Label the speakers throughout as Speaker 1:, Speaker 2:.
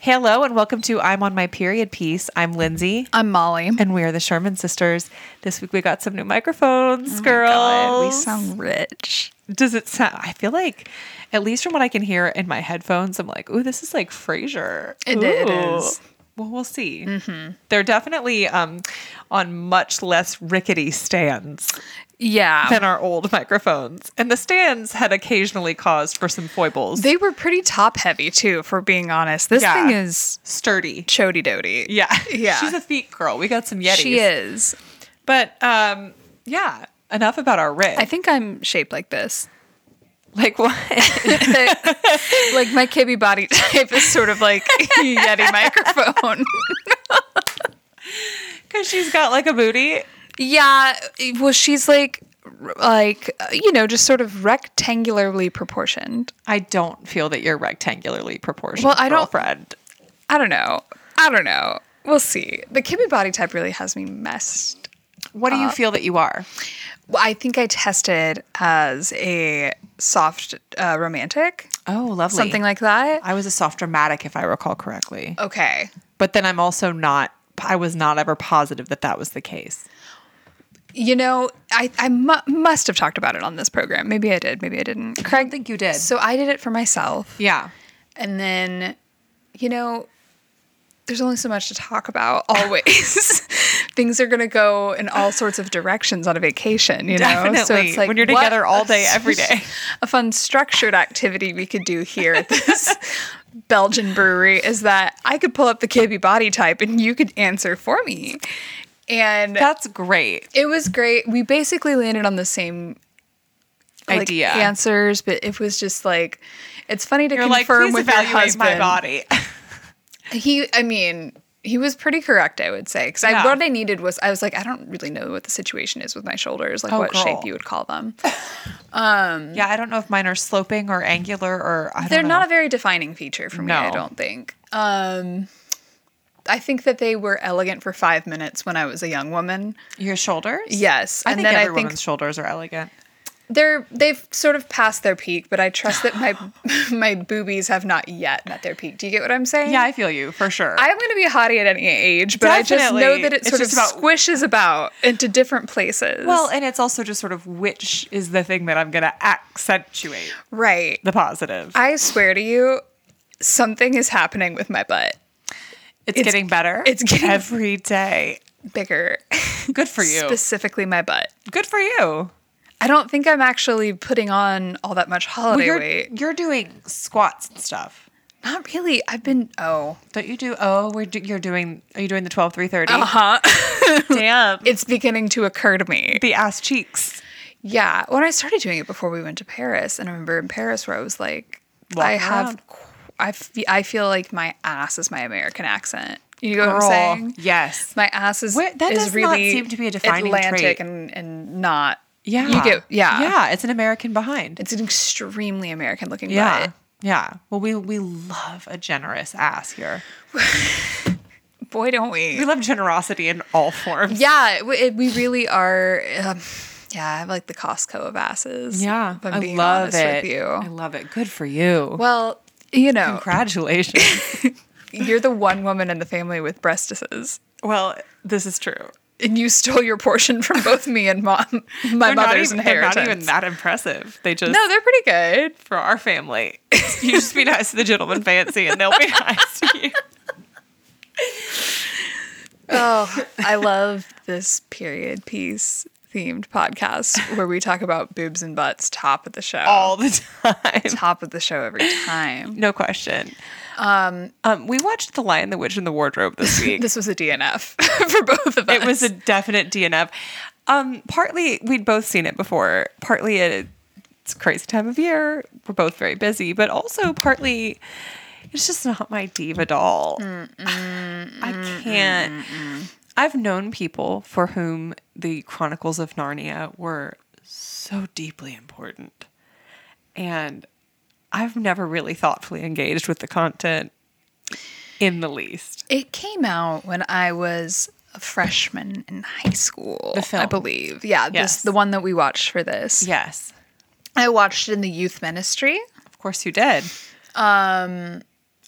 Speaker 1: Hello and welcome to I'm on my period piece. I'm Lindsay
Speaker 2: I'm Molly.
Speaker 1: and we are the Sherman sisters. This week we got some new microphones, girls.
Speaker 2: Oh God, we sound rich.
Speaker 1: Does it sound I feel like at least from what I can hear in my headphones, I'm like, ooh, this is like Frasier.
Speaker 2: It- it
Speaker 1: Ooh.
Speaker 2: is. Mm-hmm.
Speaker 1: Well, we'll see. They're definitely um, on much less rickety stands
Speaker 2: Yeah.
Speaker 1: than our old microphones. And the stands had occasionally caused for some foibles.
Speaker 2: they were pretty top heavy too, for being honest. This
Speaker 1: Yeah.
Speaker 2: thing is
Speaker 1: Sturdy.
Speaker 2: chody doty.
Speaker 1: Yeah.
Speaker 2: Yeah.
Speaker 1: She's a feet girl. We got some Yetis.
Speaker 2: She is.
Speaker 1: But um, yeah, enough about our rig.
Speaker 2: I think I'm shaped like this.
Speaker 1: like what?
Speaker 2: like my kibby body type is sort of like Yeti microphone.
Speaker 1: Because she's got like a booty.
Speaker 2: Yeah. Well, she's like, like uh, you know, just sort of rectangularly proportioned.
Speaker 1: I don't feel that you're rectangularly proportioned.
Speaker 2: Well, I don't-
Speaker 1: girlfriend.
Speaker 2: I don't know. I don't know. We'll see. The kibby body type really has me messed
Speaker 1: What do you feel that you are?
Speaker 2: Well, I think I tested as a soft uh, romantic,
Speaker 1: Oh, lovely.
Speaker 2: something like that.
Speaker 1: I was a soft dramatic, if I recall correctly.
Speaker 2: Okay.
Speaker 1: But then I'm also not. I was not ever positive that that was the case.
Speaker 2: You know, I, I mu- must have talked about it on this program. Maybe I did. Maybe I didn't.
Speaker 1: Craig, think you did.
Speaker 2: So I did it for myself.
Speaker 1: yeah.
Speaker 2: And then, you know, there's only so much to talk about always. Things are going to go in all sorts of directions on a vacation, you know?
Speaker 1: Definitely. When you're
Speaker 2: what
Speaker 1: together all
Speaker 2: a-
Speaker 1: day, every day.
Speaker 2: A fun structured activity we could do here at this Belgian brewery is that I could pull up the KB body type and you could answer for me. And
Speaker 1: That's great.
Speaker 2: it was great. We basically landed on the same like,
Speaker 1: Idea.
Speaker 2: answers, but it was just like it's funny to
Speaker 1: You're like,
Speaker 2: confirm
Speaker 1: please
Speaker 2: with your
Speaker 1: evaluate my
Speaker 2: husband.
Speaker 1: body.
Speaker 2: He, I mean, he was pretty correct, I would say, because
Speaker 1: Yeah.
Speaker 2: I, what I needed was I was like, I don't really know what the situation is with my shoulders, like
Speaker 1: Oh,
Speaker 2: what shape
Speaker 1: girl.
Speaker 2: you would call them.
Speaker 1: yeah, I don't know if mine are sloping or angular or I don't
Speaker 2: They're
Speaker 1: know.
Speaker 2: not a very defining feature for me. I
Speaker 1: No.
Speaker 2: don't think. Um, I think that they were elegant for five minutes when I was a young woman.
Speaker 1: Your shoulders?
Speaker 2: Yes,
Speaker 1: I
Speaker 2: and
Speaker 1: think
Speaker 2: then
Speaker 1: every
Speaker 2: I think
Speaker 1: woman's shoulders are elegant.
Speaker 2: they're they've sort of passed their peak, but I trust that my my boobies have not yet met their peak. Do you get what I'm saying?
Speaker 1: Yeah, I feel you for sure.
Speaker 2: I'm going to be a hottie at any age, but I just
Speaker 1: Definitely.
Speaker 2: know that it
Speaker 1: It's
Speaker 2: sort of
Speaker 1: just about-
Speaker 2: squishes about into different places.
Speaker 1: well, and it's also just sort of which is the thing that I'm going to accentuate
Speaker 2: right.
Speaker 1: the positive.
Speaker 2: I swear to you, something is happening with my butt.
Speaker 1: it's, getting better.
Speaker 2: it's getting-
Speaker 1: every day.
Speaker 2: Bigger,
Speaker 1: Good for you. Oh,
Speaker 2: specifically my butt.
Speaker 1: Good for you.
Speaker 2: I don't think I'm actually putting on all that much holiday
Speaker 1: you're
Speaker 2: weight.
Speaker 1: you're doing squats and stuff.
Speaker 2: Not really. I've been oh,
Speaker 1: Don't you do? Oh, we're do, you're doing. Are you doing the twelve three thirty?
Speaker 2: huh?
Speaker 1: Uh-huh. Damn.
Speaker 2: it's beginning to occur to me.
Speaker 1: the ass cheeks.
Speaker 2: Yeah, when I started doing it before we went to Paris, and I remember in Paris where I was like,
Speaker 1: Walk
Speaker 2: I
Speaker 1: around.
Speaker 2: have, qu- I, f- I feel like my ass is my American accent. You know what
Speaker 1: Girl,
Speaker 2: I'm saying?
Speaker 1: yes.
Speaker 2: my ass is
Speaker 1: Where- that
Speaker 2: is
Speaker 1: does not
Speaker 2: really
Speaker 1: seem to be a defining
Speaker 2: Atlantic
Speaker 1: trait.
Speaker 2: and and not.
Speaker 1: Yeah.
Speaker 2: you get yeah.
Speaker 1: Yeah. It's an American behind.
Speaker 2: It's an extremely American looking
Speaker 1: yeah.
Speaker 2: yeah.
Speaker 1: Yeah. Well, we we love a generous ass here.
Speaker 2: butt. Boy, don't we?
Speaker 1: We love generosity in all forms.
Speaker 2: Yeah, it, it, we really are. Um, yeah, I have like the Costco of asses.
Speaker 1: Yeah,
Speaker 2: if I'm
Speaker 1: I
Speaker 2: being
Speaker 1: love
Speaker 2: honest
Speaker 1: it.
Speaker 2: With
Speaker 1: I
Speaker 2: you.
Speaker 1: love it. Good for you.
Speaker 2: Well, you know,
Speaker 1: Congratulations.
Speaker 2: you're the one woman in the family with breastises,
Speaker 1: well, this is true.
Speaker 2: and you stole your portion from both me and mom, my
Speaker 1: They're not
Speaker 2: mother's
Speaker 1: even, they're
Speaker 2: inheritance.
Speaker 1: not even that impressive. They just
Speaker 2: No, they're pretty good.
Speaker 1: for our family. You just be nice to the gentleman fancy, and they'll be nice to you.
Speaker 2: Oh, I love this period piece themed podcast where we talk about boobs and butts top of the show.
Speaker 1: all the time.
Speaker 2: top of the show every time.
Speaker 1: No question. Um, we watched The Lion, the Witch, and the Wardrobe this week.
Speaker 2: This was a DNF for both of us.
Speaker 1: it was a definite DNF. Um, partly we'd both seen it before. Partly it, it's a crazy time of year. We're both very busy, but also partly it's just not my diva doll. I can't. I've known people for whom the Chronicles of Narnia were so deeply important, and I've never really thoughtfully engaged with the content in the least.
Speaker 2: It came out when I was a freshman in high school.
Speaker 1: The film.
Speaker 2: I believe. Yeah,
Speaker 1: Yes.
Speaker 2: this the one that we watched for this.
Speaker 1: Yes,
Speaker 2: I watched it in the youth ministry.
Speaker 1: Of course you did. Um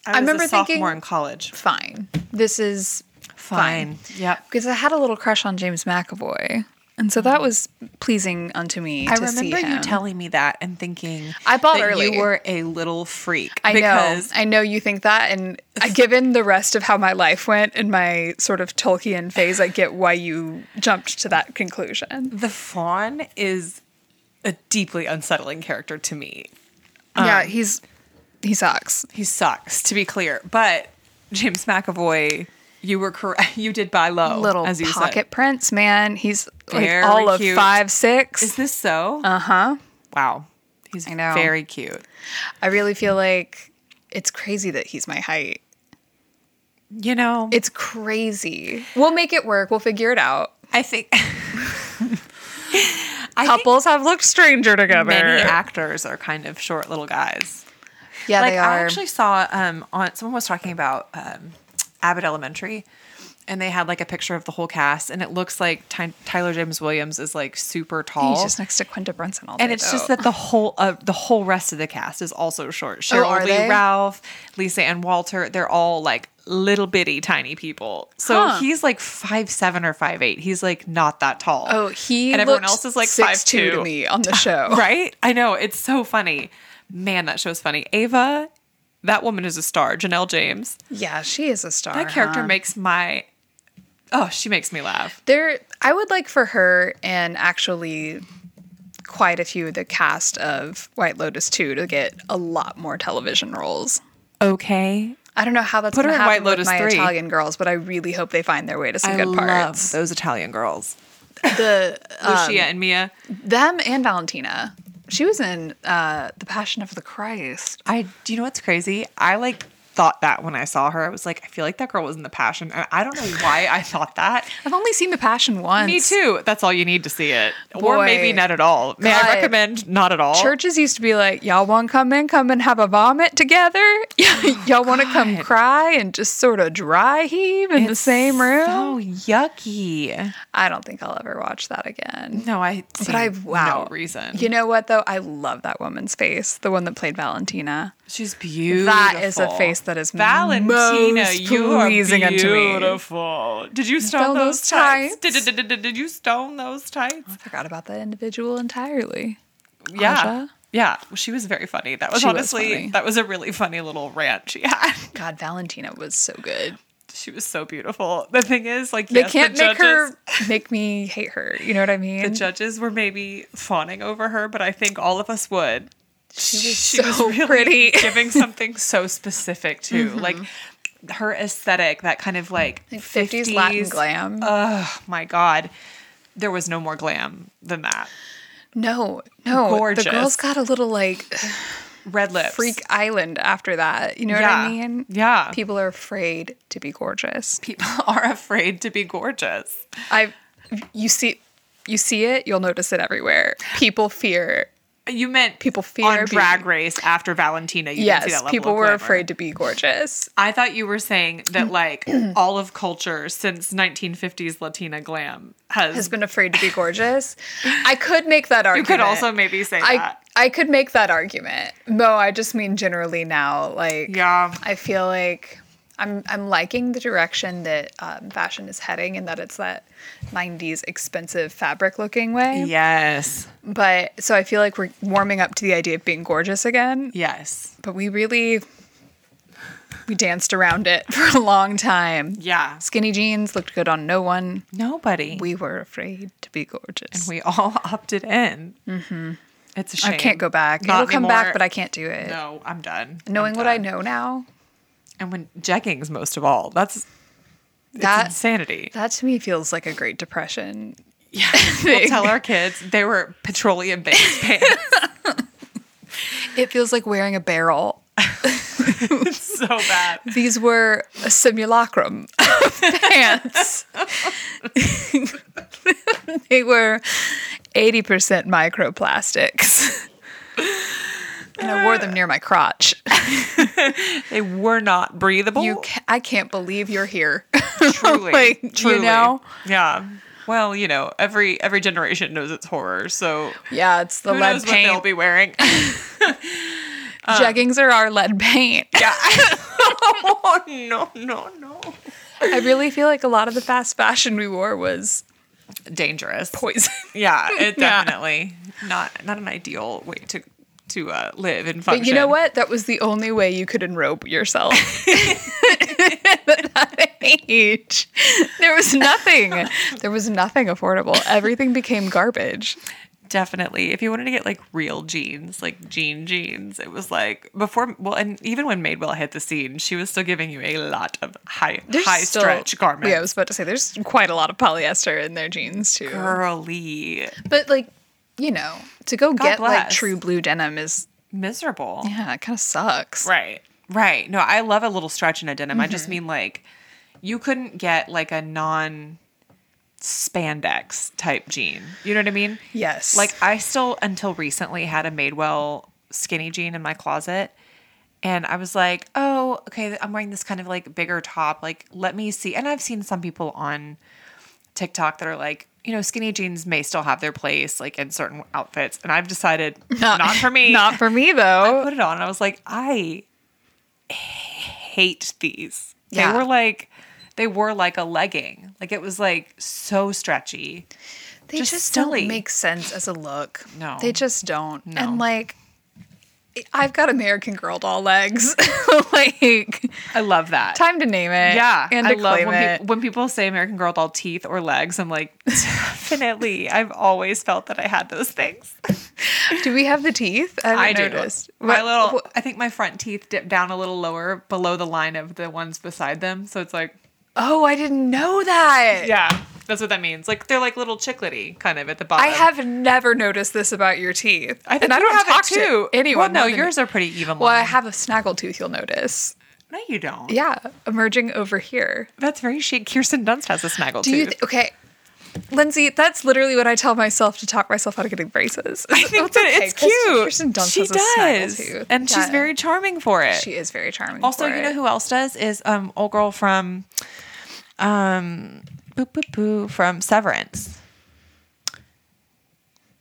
Speaker 1: I, was
Speaker 2: remember
Speaker 1: a sophomore
Speaker 2: thinking-
Speaker 1: in college.
Speaker 2: Fine. This is
Speaker 1: Fine. Yep.
Speaker 2: because I had a little crush on James McAvoy. And so that was pleasing unto me.
Speaker 1: I
Speaker 2: to see
Speaker 1: remember you
Speaker 2: him.
Speaker 1: telling me that and thinking
Speaker 2: I bought
Speaker 1: that
Speaker 2: early.
Speaker 1: You were a little freak
Speaker 2: I know.
Speaker 1: because
Speaker 2: I know you think that, and I- given the rest of how my life went and my sort of Tolkien phase, I get why you jumped to that conclusion.
Speaker 1: the fawn is a deeply unsettling character to me.
Speaker 2: yeah, he's he sucks.
Speaker 1: He sucks, to be clear. But James McAvoy, you were correct. You did buy low,
Speaker 2: Little
Speaker 1: as you
Speaker 2: pocket prince, man. He's like
Speaker 1: Very
Speaker 2: all of
Speaker 1: cute.
Speaker 2: five six.
Speaker 1: Said. Is this so?
Speaker 2: uh huh.
Speaker 1: wow, he's
Speaker 2: I know.
Speaker 1: very cute.
Speaker 2: I really feel like it's crazy that he's my height.
Speaker 1: You know,
Speaker 2: It's crazy. We'll make it work. We'll figure it out.
Speaker 1: I think. I think
Speaker 2: Couples have looked stranger together.
Speaker 1: many actors are kind of short little guys.
Speaker 2: yeah,
Speaker 1: like
Speaker 2: they
Speaker 1: I
Speaker 2: are.
Speaker 1: actually saw um on someone was talking about um Abbott Elementary and they had like a picture of the whole cast and it looks like Ty- Tyler James Williams is like super tall.
Speaker 2: he's just next to Quinta Brunson all day.
Speaker 1: and it's just
Speaker 2: though.
Speaker 1: that the whole uh, the whole rest of the cast is also short. Cheryl
Speaker 2: Oh, are
Speaker 1: Lee
Speaker 2: they?
Speaker 1: Ralph, Lisa and Walter, they're all like little bitty tiny people. So
Speaker 2: Huh.
Speaker 1: he's like five seven or five eight. He's like not that tall.
Speaker 2: Oh, he
Speaker 1: and everyone
Speaker 2: looked
Speaker 1: else is like
Speaker 2: 6'2"
Speaker 1: five two
Speaker 2: to me on the show.
Speaker 1: Right? I know. It's so funny. Man, that show's funny. Ava, that woman is a star. Janelle James.
Speaker 2: Yeah, she is a star.
Speaker 1: That character
Speaker 2: huh?
Speaker 1: makes my. Oh, she makes me laugh.
Speaker 2: there. I would like for her and actually quite a few of the cast of White Lotus 2 to get a lot more television roles.
Speaker 1: Okay.
Speaker 2: I don't know how that's
Speaker 1: Put
Speaker 2: going to
Speaker 1: her in White
Speaker 2: happen with
Speaker 1: Lotus
Speaker 2: my
Speaker 1: 3.
Speaker 2: Italian girls, but I really hope they find their way to some
Speaker 1: I
Speaker 2: good
Speaker 1: love
Speaker 2: parts.
Speaker 1: those Italian girls. Um,
Speaker 2: The
Speaker 1: Lucia and Mia.
Speaker 2: them and Valentina. She was in uh, The Passion of the Christ.
Speaker 1: I do you know what's crazy? I like thought that when I saw her. I was like, I feel like that girl was in the passion. And I don't know why I thought that.
Speaker 2: I've only seen The Passion once.
Speaker 1: Me too. That's all you need to see it.
Speaker 2: Boy.
Speaker 1: Or maybe not at all. May
Speaker 2: God.
Speaker 1: I recommend not at all?
Speaker 2: Churches used to be like, y'all want to come in, come and have a vomit together. y'all
Speaker 1: Oh,
Speaker 2: want to come cry and just sort of dry heave in the same room.
Speaker 1: Oh, yucky.
Speaker 2: I don't think I'll ever watch that again.
Speaker 1: No, I see
Speaker 2: But I wow,
Speaker 1: no reason.
Speaker 2: You know what though? I love that woman's face, the one that played Valentina.
Speaker 1: She's beautiful.
Speaker 2: That is a face that is
Speaker 1: Valentina,
Speaker 2: most
Speaker 1: you are
Speaker 2: pleasing unto me.
Speaker 1: beautiful. Did you stone,
Speaker 2: Stone
Speaker 1: those,
Speaker 2: those
Speaker 1: tights?
Speaker 2: tights.
Speaker 1: Did, did, did, did, did you stone those tights?
Speaker 2: I forgot about that individual entirely.
Speaker 1: Yeah.
Speaker 2: Aja?
Speaker 1: Yeah, well, she was very funny. That was
Speaker 2: She was
Speaker 1: honestly
Speaker 2: funny.
Speaker 1: that was a really funny little rant she had.
Speaker 2: God, Valentina was so good.
Speaker 1: She was so beautiful. The thing is, like
Speaker 2: They
Speaker 1: yes,
Speaker 2: can't
Speaker 1: the
Speaker 2: make
Speaker 1: judges,
Speaker 2: her make me hate her. You know what I mean?
Speaker 1: The judges were maybe fawning over her, but I think all of us would. She
Speaker 2: was so pretty. Mm-hmm.
Speaker 1: giving something so specific too, like her aesthetic, that kind of like
Speaker 2: Like 50s Latin glam.
Speaker 1: Oh my god, there was no more glam than that.
Speaker 2: no, no.
Speaker 1: gorgeous.
Speaker 2: The girls got a little like
Speaker 1: Red lips,
Speaker 2: freak island after that. You know what I
Speaker 1: Yeah.
Speaker 2: mean?
Speaker 1: Yeah.
Speaker 2: People are afraid to be gorgeous.
Speaker 1: People are afraid to be gorgeous.
Speaker 2: I you see you see it, you'll notice it everywhere. People fear.
Speaker 1: You meant
Speaker 2: People fear
Speaker 1: on Drag
Speaker 2: being-
Speaker 1: Race after Valentina. You didn't see that
Speaker 2: yes,
Speaker 1: level
Speaker 2: people
Speaker 1: of
Speaker 2: were
Speaker 1: glamour.
Speaker 2: afraid to be gorgeous.
Speaker 1: I thought you were saying that like all of culture since 1950s Latina glam has,
Speaker 2: Has been afraid to be gorgeous. I could make that
Speaker 1: You
Speaker 2: argument.
Speaker 1: could also maybe say
Speaker 2: I
Speaker 1: that.
Speaker 2: I could make that argument. No, I just mean generally now like
Speaker 1: Yeah.
Speaker 2: I feel like I'm I'm liking the direction that um, fashion is heading, and that it's that '90s expensive fabric looking way.
Speaker 1: Yes.
Speaker 2: But so I feel like we're warming up to the idea of being gorgeous again.
Speaker 1: Yes.
Speaker 2: But we really we danced around it for a long time.
Speaker 1: Yeah.
Speaker 2: Skinny jeans looked good on no one.
Speaker 1: Nobody. We,
Speaker 2: We were afraid to be gorgeous.
Speaker 1: all opted in. Mm-hmm. It's a shame.
Speaker 2: I can't go back.
Speaker 1: Not
Speaker 2: It'll come
Speaker 1: anymore.
Speaker 2: back, but I can't do it.
Speaker 1: No, I'm done.
Speaker 2: Knowing
Speaker 1: I'm
Speaker 2: what I
Speaker 1: done.
Speaker 2: know now,
Speaker 1: and when jeggings most of all. That's
Speaker 2: That-
Speaker 1: that's insanity.
Speaker 2: that to me feels like a great depression
Speaker 1: Yeah. we'll tell our kids they were petroleum based pants.
Speaker 2: It feels like wearing a barrel.
Speaker 1: so bad.
Speaker 2: These were a simulacrum of pants. they were 80% microplastics. And I wore them near my crotch.
Speaker 1: They were not breathable.
Speaker 2: You ca- I can't believe you're here.
Speaker 1: truly,
Speaker 2: like, you know?
Speaker 1: Yeah. Well, you know, every every generation knows its horror, so
Speaker 2: yeah, it's the
Speaker 1: who
Speaker 2: lead Uh.
Speaker 1: knows what they'll
Speaker 2: paint.
Speaker 1: be wearing.
Speaker 2: Jeggings are our lead paint.
Speaker 1: yeah. oh no, no, no.
Speaker 2: I really feel like a lot of the fast fashion we wore was
Speaker 1: Dangerous.
Speaker 2: poison.
Speaker 1: Yeah, it
Speaker 2: Yeah.
Speaker 1: definitely not not an ideal way to to uh, live and function.
Speaker 2: But you know what? That was the only way you could enrobe yourself. At that age, there was nothing. There was nothing affordable. Everything became garbage.
Speaker 1: Definitely. If you wanted to get like real jeans, like jean jeans, it was like before well and even when Madewell hit the scene, she was still giving you a lot of high high
Speaker 2: still-
Speaker 1: stretch garments.
Speaker 2: Yeah, I was about to say there's quite a lot of polyester in their jeans too.
Speaker 1: girly.
Speaker 2: But like, you know, to go get like
Speaker 1: bless.
Speaker 2: true blue denim is
Speaker 1: Miserable.
Speaker 2: yeah, it kind of sucks.
Speaker 1: Right. Right. No, I love a little stretch in a denim. I
Speaker 2: Mm-hmm.
Speaker 1: just mean like you couldn't get like a non spandex type jean. You know what I mean?
Speaker 2: Yes.
Speaker 1: Like I still until recently had a Madewell skinny jean in my closet. And I was like, oh, okay, I'm wearing this kind of like bigger top. Like, let me see. And I've seen some people on TikTok that are like, you know, skinny jeans may still have their place, like in certain outfits. And I've decided not, for me.
Speaker 2: Not for me though.
Speaker 1: put it on. And I was like, I hate these.
Speaker 2: Yeah.
Speaker 1: They were like, they were like a legging. Like it was like so stretchy.
Speaker 2: They
Speaker 1: just
Speaker 2: just,
Speaker 1: silly.
Speaker 2: don't make sense as a look.
Speaker 1: No.
Speaker 2: They just don't.
Speaker 1: No.
Speaker 2: And like I've got American Girl doll legs. like
Speaker 1: I love that.
Speaker 2: time to name it.
Speaker 1: yeah,
Speaker 2: And
Speaker 1: I
Speaker 2: to
Speaker 1: love
Speaker 2: claim
Speaker 1: when,
Speaker 2: it.
Speaker 1: peop- when people say American Girl doll teeth or legs. I'm like, definitely. I've always felt that I had those things.
Speaker 2: do we have the teeth? I haven't
Speaker 1: I
Speaker 2: noticed.
Speaker 1: do. My
Speaker 2: What-
Speaker 1: little,
Speaker 2: what-
Speaker 1: I think my front teeth dip down a little lower below the line of the ones beside them. So it's like,
Speaker 2: Oh, I didn't know that.
Speaker 1: yeah, that's what that means. Like they're like little chiclety kind of at the bottom.
Speaker 2: I have never noticed this about your teeth.
Speaker 1: I think
Speaker 2: and I
Speaker 1: you
Speaker 2: don't
Speaker 1: have
Speaker 2: talk
Speaker 1: it too.
Speaker 2: to anyone.
Speaker 1: Well,
Speaker 2: more
Speaker 1: no,
Speaker 2: than-
Speaker 1: yours are pretty even.
Speaker 2: Well, I
Speaker 1: long.
Speaker 2: have a snaggle tooth, you'll notice.
Speaker 1: No, you don't.
Speaker 2: Yeah, emerging over here.
Speaker 1: That's very chic. Kirsten Dunst has a snaggle
Speaker 2: Do you
Speaker 1: tooth.
Speaker 2: th- okay? Lindsay, that's literally what I tell myself to talk myself out of getting braces.
Speaker 1: I think that it's cute.
Speaker 2: Kirsten Dunst
Speaker 1: she
Speaker 2: has a snaggle
Speaker 1: does,
Speaker 2: tooth.
Speaker 1: and she's
Speaker 2: Yeah.
Speaker 1: very charming for it.
Speaker 2: She is very charming.
Speaker 1: also,
Speaker 2: for
Speaker 1: you know
Speaker 2: it.
Speaker 1: who else does is um old girl from, um, boop boop boop from Severance,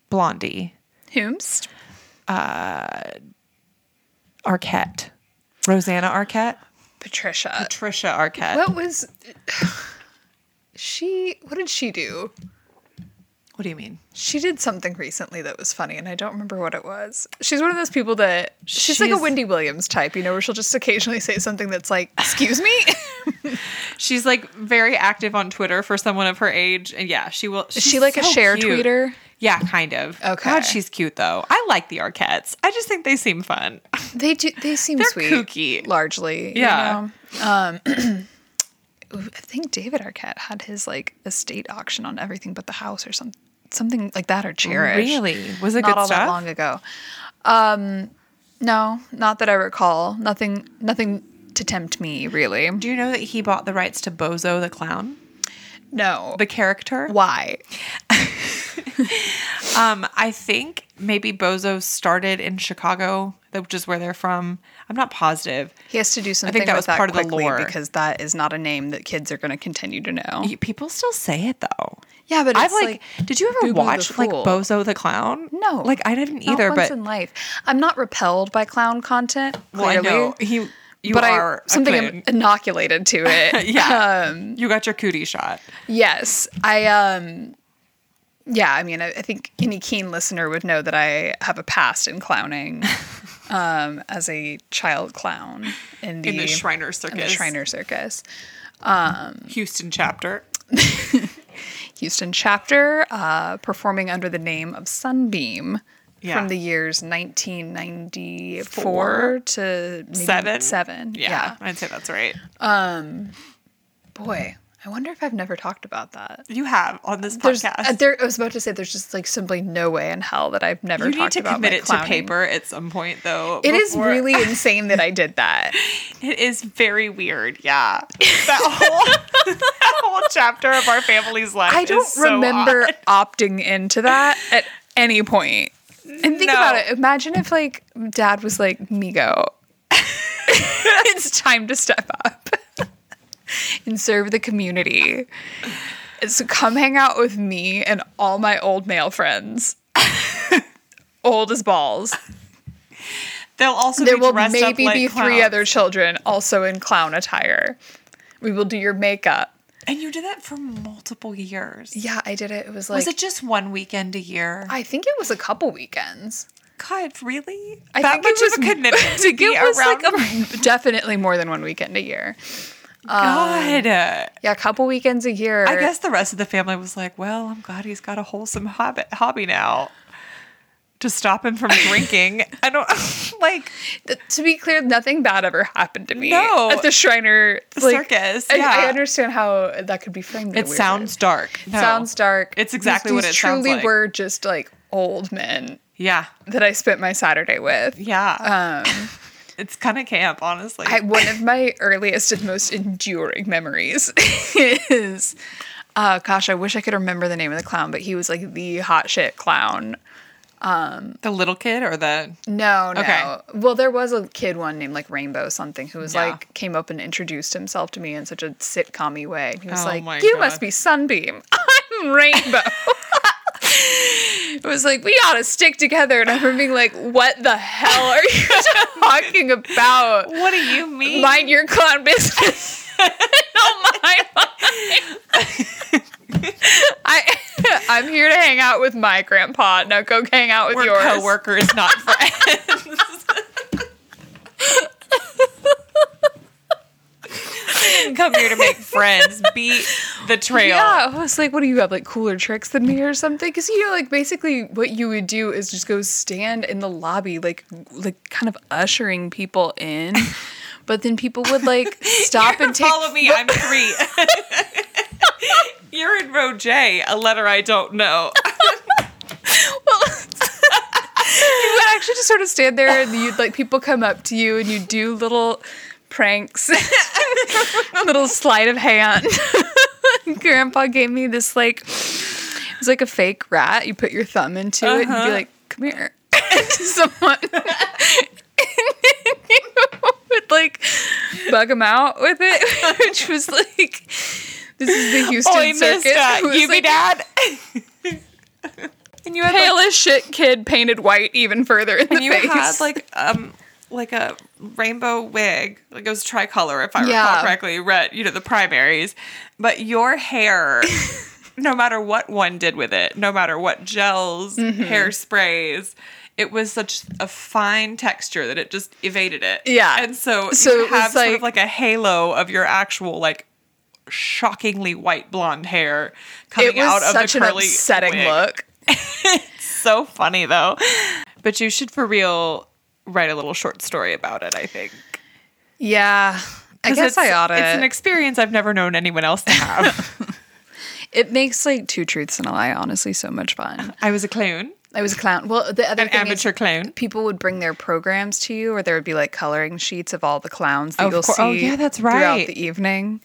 Speaker 1: Blondie,
Speaker 2: Whomst?
Speaker 1: Arquette, Rosanna Arquette,
Speaker 2: Patricia.
Speaker 1: Trisha Arquette.
Speaker 2: What was she? What did she do?
Speaker 1: What do you mean?
Speaker 2: She did something recently that was funny, and I don't remember what it was. She's one of those people that she's, like a
Speaker 1: She's-
Speaker 2: Wendy Williams type, you know, where she'll just occasionally say something that's like, "Excuse me."
Speaker 1: She's like very active on Twitter for someone of her age, and yeah, she will.
Speaker 2: Is she like a share tweeter?
Speaker 1: Yeah, kind of.
Speaker 2: Okay.
Speaker 1: God, she's cute though. I like the Arquettes. I just think they seem fun.
Speaker 2: They do. They seem
Speaker 1: They're
Speaker 2: sweet,
Speaker 1: kooky.
Speaker 2: largely.
Speaker 1: Yeah.
Speaker 2: Yeah. Um, I think David Arquette had his like estate auction on everything but the house, or something, something like that, or Cherish.
Speaker 1: Was it
Speaker 2: not
Speaker 1: good
Speaker 2: all
Speaker 1: stuff?
Speaker 2: that long ago. Um, no, not that I recall. Nothing. Nothing to tempt me, really.
Speaker 1: Do you know that he bought the rights to Bozo the Clown,
Speaker 2: No.
Speaker 1: the character?
Speaker 2: Why?
Speaker 1: Um, I think maybe Bozo started in Chicago, that- which is where they're from. I'm not positive.
Speaker 2: He has to do something.
Speaker 1: that
Speaker 2: with
Speaker 1: was part of the
Speaker 2: quickly
Speaker 1: lore.
Speaker 2: because that is not a name that kids are going to continue to know.
Speaker 1: Y- People still say it though.
Speaker 2: Yeah, but
Speaker 1: I've
Speaker 2: it's
Speaker 1: like, did you ever
Speaker 2: Boo Boo the
Speaker 1: watch like
Speaker 2: Fool.
Speaker 1: Bozo the Clown?
Speaker 2: No,
Speaker 1: like I didn't
Speaker 2: Not
Speaker 1: either.
Speaker 2: once
Speaker 1: But
Speaker 2: in life, I'm not repelled by clown content.
Speaker 1: well, I
Speaker 2: Clearly,
Speaker 1: know he. You
Speaker 2: but
Speaker 1: are
Speaker 2: I something
Speaker 1: A
Speaker 2: I'm
Speaker 1: clown. Um,
Speaker 2: inoculated to it.
Speaker 1: yeah, you got your cootie shot.
Speaker 2: Yes, I um, yeah. I mean, I, I think any keen listener would know that I have a past in clowning, um, as a child clown in the,
Speaker 1: In the Shriner
Speaker 2: in the
Speaker 1: Circus,
Speaker 2: Shriner Circus,
Speaker 1: Houston chapter.
Speaker 2: Houston chapter, uh, performing under the name of Sunbeam.
Speaker 1: Yeah.
Speaker 2: From the years 1994
Speaker 1: Four.
Speaker 2: to maybe
Speaker 1: Seven.
Speaker 2: seven.
Speaker 1: Yeah, I'd say that's right.
Speaker 2: Boy, I wonder if I've never talked about that.
Speaker 1: You have on this
Speaker 2: There's,
Speaker 1: podcast.
Speaker 2: uh, there, I was about to say, there's just like simply no way in hell that I've never
Speaker 1: you need
Speaker 2: talked
Speaker 1: to
Speaker 2: about
Speaker 1: commit
Speaker 2: my
Speaker 1: it to
Speaker 2: clowning.
Speaker 1: paper at some point, though.
Speaker 2: It is
Speaker 1: before-
Speaker 2: really insane that I did that.
Speaker 1: It is very weird. Yeah, that whole that whole chapter of our family's life.
Speaker 2: I don't
Speaker 1: is so
Speaker 2: remember
Speaker 1: odd.
Speaker 2: opting into that at any point. And think
Speaker 1: No.
Speaker 2: about it. Imagine if like dad was like, Migo, it's time to step up and serve the community. So come hang out with me and all my old male friends. old as balls.
Speaker 1: They'll also
Speaker 2: There
Speaker 1: be
Speaker 2: will
Speaker 1: dressed up
Speaker 2: maybe
Speaker 1: like
Speaker 2: be three
Speaker 1: clowns.
Speaker 2: other children also in clown attire. We will do your makeup.
Speaker 1: And you did that for multiple years.
Speaker 2: Yeah, I did it. It was like
Speaker 1: Was it just one weekend a year?
Speaker 2: I think it was a couple weekends.
Speaker 1: God, really?
Speaker 2: I
Speaker 1: that
Speaker 2: think
Speaker 1: much
Speaker 2: it was
Speaker 1: of a commitment to
Speaker 2: it
Speaker 1: be
Speaker 2: was
Speaker 1: around.
Speaker 2: like a, definitely more than one weekend a year. um,
Speaker 1: God. I
Speaker 2: Yeah, a couple weekends a year.
Speaker 1: guess the rest of the family was like, "Well, I'm glad he's got a wholesome hobby, hobby now to stop him from drinking." I don't like
Speaker 2: Th- to be clear, nothing bad ever happened to me
Speaker 1: No.
Speaker 2: at the Shriner like,
Speaker 1: circus,
Speaker 2: I, I
Speaker 1: yeah.
Speaker 2: understand how that could be framed. in a
Speaker 1: it
Speaker 2: weird
Speaker 1: sounds dark.
Speaker 2: way. sounds dark.
Speaker 1: It's exactly what it sounds
Speaker 2: truly
Speaker 1: like.
Speaker 2: were just like old men
Speaker 1: Yeah,
Speaker 2: that I spent my Saturday with.
Speaker 1: yeah.
Speaker 2: Um,
Speaker 1: it's kind of camp, honestly.
Speaker 2: I, one of my earliest and most enduring memories is, uh, gosh, I wish I could remember the name of the clown, but he was like the hot shit clown.
Speaker 1: the little kid or the
Speaker 2: No, no.
Speaker 1: Okay.
Speaker 2: Well, there was a kid one named like Rainbow something who was
Speaker 1: Yeah.
Speaker 2: like came up and introduced himself to me in such a sitcom way. He was
Speaker 1: Oh my
Speaker 2: like, "You must
Speaker 1: God.
Speaker 2: be Sunbeam. I'm Rainbow." it was like we ought to stick together, and I remember being like, "What the hell are you talking about?
Speaker 1: what do you mean?
Speaker 2: Mind your clown business." oh my! I I'm here to hang out with my grandpa. Now go hang out with
Speaker 1: We're
Speaker 2: yours.
Speaker 1: coworkers, not friends. Come here to make friends. Beat the trail.
Speaker 2: Yeah, I was like, what do you have, like cooler tricks than me or something? Because you know, like basically, what you would do is just go stand in the lobby, like like kind of ushering people in, but then people would like stop and take.
Speaker 1: Follow me. I'm three. You're in row J, a letter I don't know.
Speaker 2: You would actually just sort of stand there, and you'd like people come up to you, and you do little pranks, little sleight of hand. Grandpa gave me this like it's like a fake rat. You put your thumb into it and
Speaker 1: Uh-huh.
Speaker 2: be like, "Come here." to someone would like bug him out with it, which was like this is
Speaker 1: Oh,
Speaker 2: the Houston
Speaker 1: Oi,
Speaker 2: circus. It
Speaker 1: mister.
Speaker 2: was,
Speaker 1: You be
Speaker 2: like,
Speaker 1: dad. and you had like,
Speaker 2: pale as shit kid painted white even further in the
Speaker 1: you
Speaker 2: face.
Speaker 1: had like um like a rainbow wig like it was tricolor if i
Speaker 2: Yeah.
Speaker 1: recall correctly red you know the primaries but your hair no matter what one did with it no matter what gels
Speaker 2: Mm-hmm.
Speaker 1: hairsprays it was such a fine texture that it just evaded it
Speaker 2: Yeah.
Speaker 1: and so
Speaker 2: So
Speaker 1: you
Speaker 2: it was
Speaker 1: have sort
Speaker 2: like-
Speaker 1: of like a halo of your actual like shockingly white blonde hair coming
Speaker 2: it was
Speaker 1: out of
Speaker 2: such
Speaker 1: the
Speaker 2: an
Speaker 1: curly
Speaker 2: upsetting
Speaker 1: wig
Speaker 2: look.
Speaker 1: so funny though. But you should for real write a little short story about it, I think.
Speaker 2: Yeah. I
Speaker 1: 'Cause
Speaker 2: guess I
Speaker 1: it's-
Speaker 2: ought
Speaker 1: It's an
Speaker 2: to.
Speaker 1: experience I've never known anyone else to have.
Speaker 2: It makes like two truths and a lie, honestly, so much fun.
Speaker 1: I was a clown,
Speaker 2: I was a clown. Well, the other
Speaker 1: an
Speaker 2: thing
Speaker 1: amateur
Speaker 2: is
Speaker 1: clown.
Speaker 2: people would bring their programs to you, or there would be like coloring sheets of all the clowns that
Speaker 1: Of
Speaker 2: you'll
Speaker 1: cour-
Speaker 2: see.
Speaker 1: oh, yeah, that's
Speaker 2: Throughout
Speaker 1: right.
Speaker 2: the evening.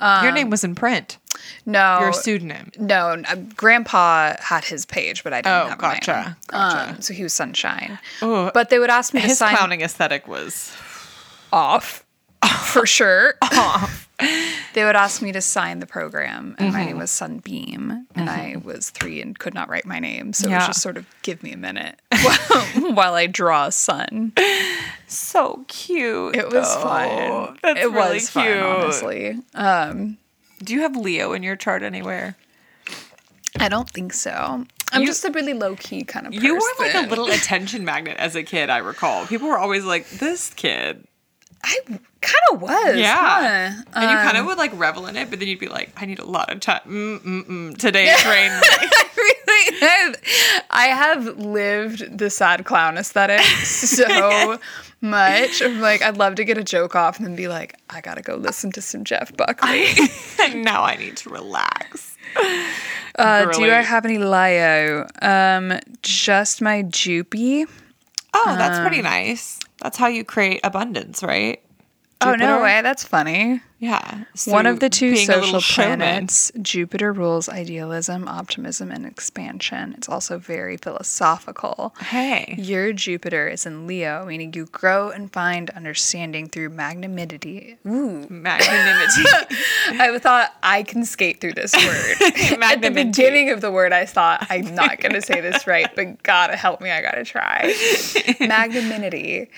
Speaker 1: Your name was in print.
Speaker 2: No,
Speaker 1: Your pseudonym.
Speaker 2: no, n- uh, Grandpa had his page, but I didn't
Speaker 1: Oh,
Speaker 2: have
Speaker 1: gotcha,
Speaker 2: mine.
Speaker 1: gotcha.
Speaker 2: Um, so he was Sunshine.
Speaker 1: Ooh.
Speaker 2: but they would ask me to
Speaker 1: His
Speaker 2: sign
Speaker 1: clowning aesthetic was
Speaker 2: off for sure. they would ask me to sign the program, and
Speaker 1: Mm-hmm.
Speaker 2: my name was Sunbeam, and I was three and could not write my name, so it was
Speaker 1: Yeah.
Speaker 2: just sort of give me a minute while, while I draw a sun.
Speaker 1: so cute.
Speaker 2: It was
Speaker 1: though.
Speaker 2: fun.
Speaker 1: Oh, That's
Speaker 2: it
Speaker 1: really
Speaker 2: was
Speaker 1: cute.
Speaker 2: fun, honestly. Um,
Speaker 1: Do you have Leo in your chart anywhere?
Speaker 2: I don't think so. I'm
Speaker 1: You-
Speaker 2: just a really low key kind of. Person.
Speaker 1: You were like a little attention magnet as a kid, I recall. People were always like, this kid.
Speaker 2: I kind of was.
Speaker 1: Yeah.
Speaker 2: huh?
Speaker 1: And you kind of would like revel in it, but then you'd be like, I need a lot of time. Mm, mm, mm. Today's rain.
Speaker 2: I really have. I have lived the sad clown aesthetic so much. I'm like, I'd love to get a joke off and then be like, I gotta go listen to some Jeff Buckley.
Speaker 1: and now I need to relax.
Speaker 2: Uh, do I
Speaker 1: girly.
Speaker 2: have any Lio? Um, just my Jupy.
Speaker 1: Oh, that's pretty nice. That's how you create abundance, right?
Speaker 2: Oh no
Speaker 1: Jupiter?
Speaker 2: way, that's funny.
Speaker 1: Yeah.
Speaker 2: One
Speaker 1: So
Speaker 2: of the two
Speaker 1: being a little
Speaker 2: social
Speaker 1: showman.
Speaker 2: planets, Jupiter rules idealism, optimism, and expansion. It's also very philosophical.
Speaker 1: Hey.
Speaker 2: Your Jupiter is in Leo, meaning you grow and find understanding through magnanimity. Ooh.
Speaker 1: Magnanimity.
Speaker 2: I thought I can skate through this word. At the
Speaker 1: Magnanimity.
Speaker 2: beginning of the word, I thought I'm not going to say this right, but God help me, I got to try. Magnanimity.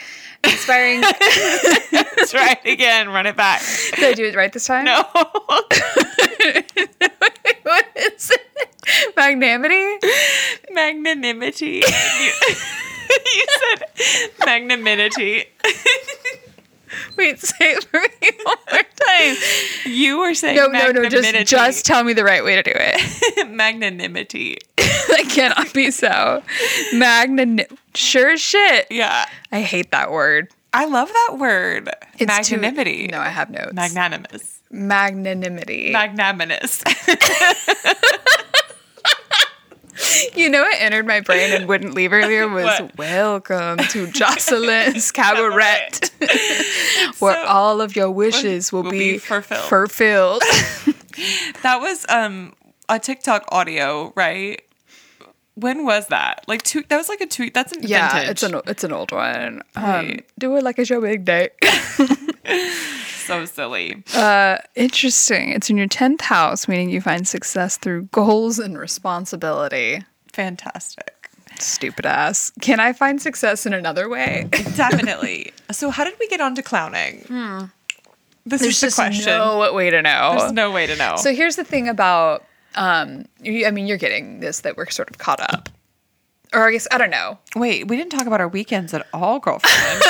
Speaker 2: Inspiring. Did
Speaker 1: Try it again. Run it back.
Speaker 2: I do it right this time?
Speaker 1: No.
Speaker 2: what is it? Magnanimity?
Speaker 1: Magnanimity. you, you said magnanimity.
Speaker 2: Wait, say it for me one more time.
Speaker 1: You were saying
Speaker 2: No, no,
Speaker 1: magnanimity.
Speaker 2: no. Just, just tell me the right way to do it.
Speaker 1: magnanimity.
Speaker 2: that cannot be so. Magnan. Sure as shit.
Speaker 1: Yeah.
Speaker 2: I hate that word.
Speaker 1: I love that word.
Speaker 2: It's too-
Speaker 1: magnanimity.
Speaker 2: no, I have notes.
Speaker 1: Magnanimous.
Speaker 2: Magnanimity.
Speaker 1: Magnanimous.
Speaker 2: you know what entered my brain and wouldn't leave earlier was
Speaker 1: What?
Speaker 2: welcome to Jocelyn's Cabaret, where
Speaker 1: So-
Speaker 2: all of your wishes will,
Speaker 1: will
Speaker 2: be,
Speaker 1: be fulfilled.
Speaker 2: fulfilled.
Speaker 1: that was um a TikTok audio, right? When was that? Like two that was like a tweet. That's an
Speaker 2: yeah,
Speaker 1: vintage.
Speaker 2: it's an it's an old one. Um,
Speaker 1: Right.
Speaker 2: do it like it's your big day.
Speaker 1: so silly.
Speaker 2: Uh, interesting. It's in your 10th house, meaning you find success through goals and responsibility.
Speaker 1: Fantastic.
Speaker 2: Stupid ass. Can I find success in another way?
Speaker 1: Definitely. so how did we get onto clowning? This is the question.
Speaker 2: Hmm. no way to know.
Speaker 1: There's no way to know.
Speaker 2: So here's the thing about, um, you, I mean, you're getting this that we're sort of caught up. Or I guess, I don't know.
Speaker 1: Wait, we didn't talk about our weekends at all, girlfriend.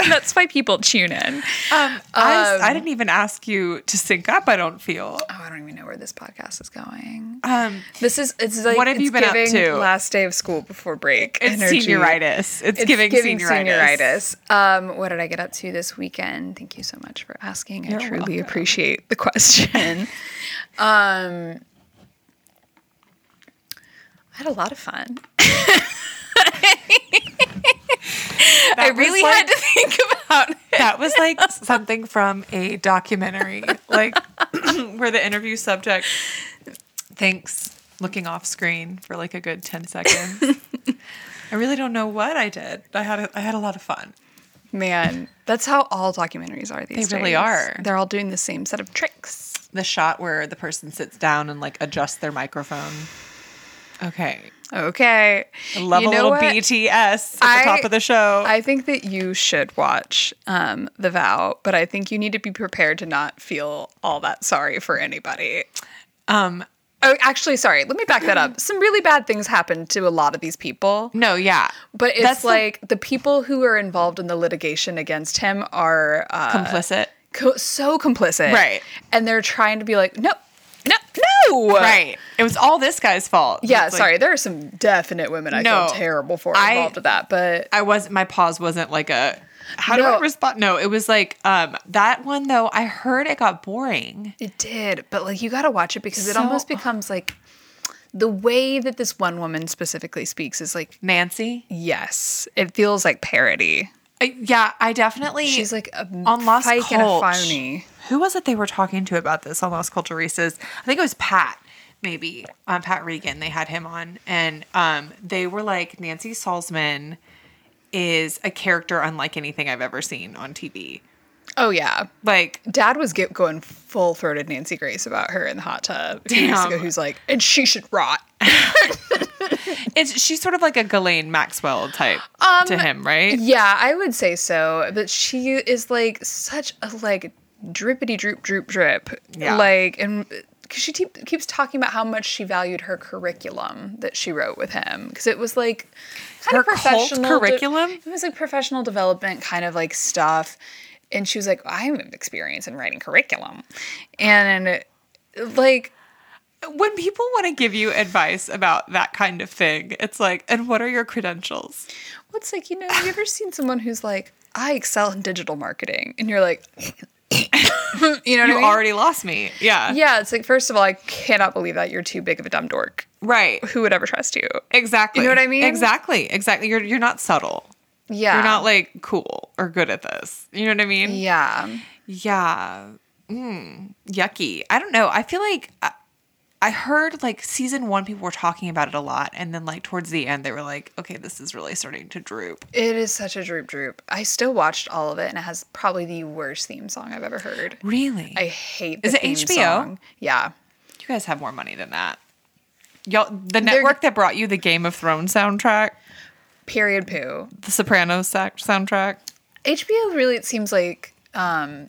Speaker 2: And that's why people tune in.
Speaker 1: um, I, I didn't even ask you to sync up, I don't feel.
Speaker 2: Oh, I don't even know where this podcast is going.
Speaker 1: Um,
Speaker 2: This is, it's like,
Speaker 1: What have
Speaker 2: it's
Speaker 1: you been up
Speaker 2: giving
Speaker 1: to?
Speaker 2: Last day of school before break.
Speaker 1: it's
Speaker 2: energy.
Speaker 1: senioritis. It's, giving, senioritis.
Speaker 2: senioritis. Um, what did I get up to this weekend? Thank you so much for asking. I
Speaker 1: You're
Speaker 2: truly
Speaker 1: welcome.
Speaker 2: appreciate the question. um, I had a lot of fun. I
Speaker 1: That was
Speaker 2: really
Speaker 1: like-
Speaker 2: had to think about it.
Speaker 1: That was like something from a documentary, like where the interview subject thinks looking off screen for like a good 10 seconds. I really don't know what I did. I had a, I had a lot of fun.
Speaker 2: Man, that's how all documentaries are these days.
Speaker 1: They really are.
Speaker 2: They're all doing the same set of tricks.
Speaker 1: The shot where the person sits down and like adjusts their microphone. Okay.
Speaker 2: Okay.
Speaker 1: I love
Speaker 2: You
Speaker 1: a
Speaker 2: know
Speaker 1: little
Speaker 2: what?
Speaker 1: BTS at the top of the show.
Speaker 2: I think that you should watch um, The Vow, but I think you need to be prepared to not feel all that sorry for anybody.
Speaker 1: um
Speaker 2: Oh, actually, sorry. Let me back that up. Some really bad things happened to a lot of these people,
Speaker 1: no, yeah.
Speaker 2: but it's
Speaker 1: That's the-
Speaker 2: like the, people who are involved in the litigation against him are uh,
Speaker 1: Complicit.
Speaker 2: co- so complicit,
Speaker 1: Right.
Speaker 2: And they're trying to be like, no, no, no,
Speaker 1: right. It was all this guy's fault.
Speaker 2: Yeah,
Speaker 1: It's like,
Speaker 2: sorry. there are some definite women I
Speaker 1: No,
Speaker 2: feel terrible for
Speaker 1: I-
Speaker 2: involved with that, but
Speaker 1: I wasn't my pause wasn't like a how do
Speaker 2: No.
Speaker 1: I respond? No, it was like um that one though, I heard it got boring.
Speaker 2: It did, but like you got to watch it because it
Speaker 1: So-
Speaker 2: almost becomes like the way that this one woman specifically speaks is like,
Speaker 1: Nancy?
Speaker 2: yes, it feels like parody.
Speaker 1: I, yeah, I definitely
Speaker 2: She's like a
Speaker 1: on Lost
Speaker 2: pike and a
Speaker 1: Culch.
Speaker 2: phony.
Speaker 1: Who was it they were talking to about this on Lost Culturistas? I think it was Pat, maybe um, Pat Regan. They had him on, and um, they were like Nancy Salzman is a character unlike anything I've ever seen on TV.
Speaker 2: Oh yeah,
Speaker 1: Like
Speaker 2: Dad was get going full throated Nancy Grace about her in the hot tub. a few years
Speaker 1: Damn.
Speaker 2: ago, who's like, and she should rot.
Speaker 1: it's she's sort of like a Ghislaine Maxwell type to him, right?
Speaker 2: yeah, I would say so, but she is like such a like drippity droop droop drip.
Speaker 1: Yeah.
Speaker 2: Like and. Because she te- keeps talking about how much she valued her curriculum that she wrote with him. Because it was like kind of
Speaker 1: Her cult
Speaker 2: professional de-
Speaker 1: curriculum?
Speaker 2: it was like professional development kind of like stuff. And she was like, I have experience in writing curriculum. And like,
Speaker 1: When people want to give you advice about that kind of thing, it's like, and what are your credentials?
Speaker 2: what's like, you know, have you ever seen someone who's like, I excel in digital marketing? And you're like, you know what I
Speaker 1: You
Speaker 2: mean?
Speaker 1: already lost me. Yeah.
Speaker 2: Yeah, it's like first of all, I cannot believe that you're too big of a dumb dork.
Speaker 1: Right.
Speaker 2: Who would ever trust you?
Speaker 1: Exactly.
Speaker 2: You know what I mean?
Speaker 1: Exactly. Exactly. You're you're not subtle.
Speaker 2: Yeah.
Speaker 1: You're not like cool or good at this. You know what I mean?
Speaker 2: Yeah.
Speaker 1: Yeah. Mm. yucky. I don't know. I feel like I, I heard like season one people were talking about it a lot, and then like towards the end they were like, okay, this is really starting to droop.
Speaker 2: It is such a droop droop. I still watched all of it, and it has probably the worst theme song I've ever heard.
Speaker 1: Really,
Speaker 2: I hate. The
Speaker 1: Is it
Speaker 2: theme
Speaker 1: HBO?
Speaker 2: Song. Yeah,
Speaker 1: you guys have more money than that. Y'all, the network that brought you the Game of Thrones soundtrack,
Speaker 2: period. Poo.
Speaker 1: the Sopranos sac- soundtrack.
Speaker 2: HBO really. It seems like um,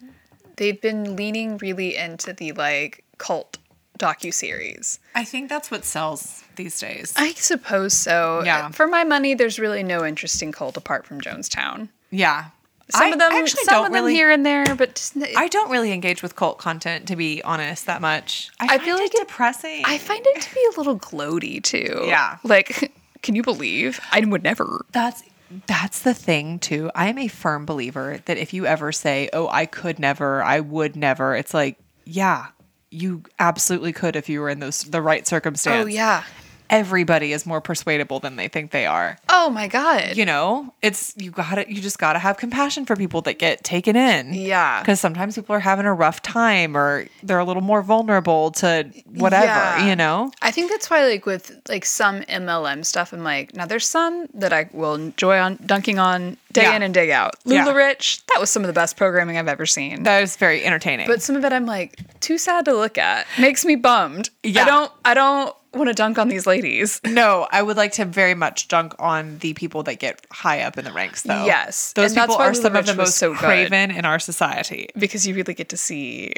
Speaker 2: they've been leaning really into the like cult docu series.
Speaker 1: I think that's what sells these days.
Speaker 2: I suppose so.
Speaker 1: Yeah.
Speaker 2: For my money, there's really no interesting cult apart from Jonestown.
Speaker 1: Yeah,
Speaker 2: Some
Speaker 1: I-
Speaker 2: of them,
Speaker 1: I
Speaker 2: some of them here and there, but just, I,
Speaker 1: I don't really engage with cult content, to be honest, that much. I,
Speaker 2: feel
Speaker 1: feel
Speaker 2: like
Speaker 1: like
Speaker 2: it-
Speaker 1: depressing.
Speaker 2: find it to be a little gloaty too.
Speaker 1: Yeah.
Speaker 2: Like, can you believe? I would never.
Speaker 1: that's that's the thing too. I am a firm believer that if you ever say, "Oh, I could never, I would never," it's like, yeah, you absolutely could if you were in those the right circumstance.
Speaker 2: Oh yeah.
Speaker 1: everybody is more persuadable than they think they are.
Speaker 2: Oh my god.
Speaker 1: You know, it's you got to You just got to have compassion for people that get taken in.
Speaker 2: Yeah.
Speaker 1: because sometimes people are having a rough time or they're a little more vulnerable to whatever.
Speaker 2: Yeah.
Speaker 1: You know.
Speaker 2: I think that's why, like, with like some MLM stuff, I'm like, now there's some that I will enjoy on dunking on day
Speaker 1: Yeah.
Speaker 2: in and day out.
Speaker 1: Yeah.
Speaker 2: Lula Rich, that was some of the best programming I've ever seen.
Speaker 1: That was very entertaining.
Speaker 2: but some of it, I'm like, too sad to look at. Makes me bummed. I
Speaker 1: Yeah.
Speaker 2: don't, I don't want to dunk on these ladies.
Speaker 1: no, I would like to very much dunk on the people that get high up in the ranks, though.
Speaker 2: Yes,
Speaker 1: those
Speaker 2: and that's
Speaker 1: people
Speaker 2: why
Speaker 1: are
Speaker 2: Lula
Speaker 1: some of
Speaker 2: Rich
Speaker 1: the
Speaker 2: was
Speaker 1: most
Speaker 2: so good.
Speaker 1: craven in our society.
Speaker 2: because you really get to see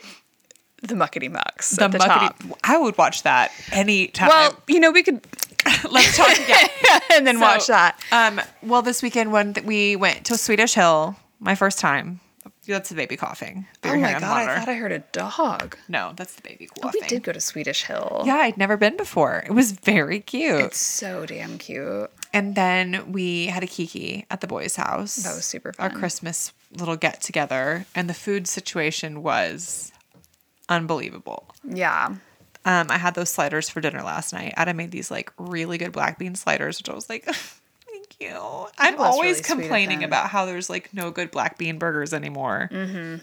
Speaker 2: the muckety mucks
Speaker 1: The,
Speaker 2: at the
Speaker 1: muckety-
Speaker 2: top.
Speaker 1: I would watch that any time.
Speaker 2: Well, you know, we could
Speaker 1: let's talk again.
Speaker 2: and then watch
Speaker 1: So,
Speaker 2: that.
Speaker 1: Um, well, this weekend when th- we went to Swedish Hill, my first time. That's the baby coughing. that
Speaker 2: Oh
Speaker 1: you're
Speaker 2: my
Speaker 1: hearing
Speaker 2: god!
Speaker 1: on the
Speaker 2: I
Speaker 1: monitor.
Speaker 2: thought I heard a dog.
Speaker 1: no, that's the baby
Speaker 2: Oh,
Speaker 1: coughing.
Speaker 2: we did go to Swedish Hill.
Speaker 1: Yeah, I'd never been before. It was very cute.
Speaker 2: It's so damn cute.
Speaker 1: and then we had a kiki at the boys' house.
Speaker 2: That was super
Speaker 1: Our
Speaker 2: fun.
Speaker 1: Christmas little get together, and the food situation was unbelievable.
Speaker 2: Yeah.
Speaker 1: Um, I had those sliders for dinner last night. Adam made these like really good black bean sliders, which I was like, thank you. I'm
Speaker 2: was
Speaker 1: always
Speaker 2: really sweet of
Speaker 1: complaining
Speaker 2: him.
Speaker 1: about how there's like no good black bean burgers anymore. Mm-hmm.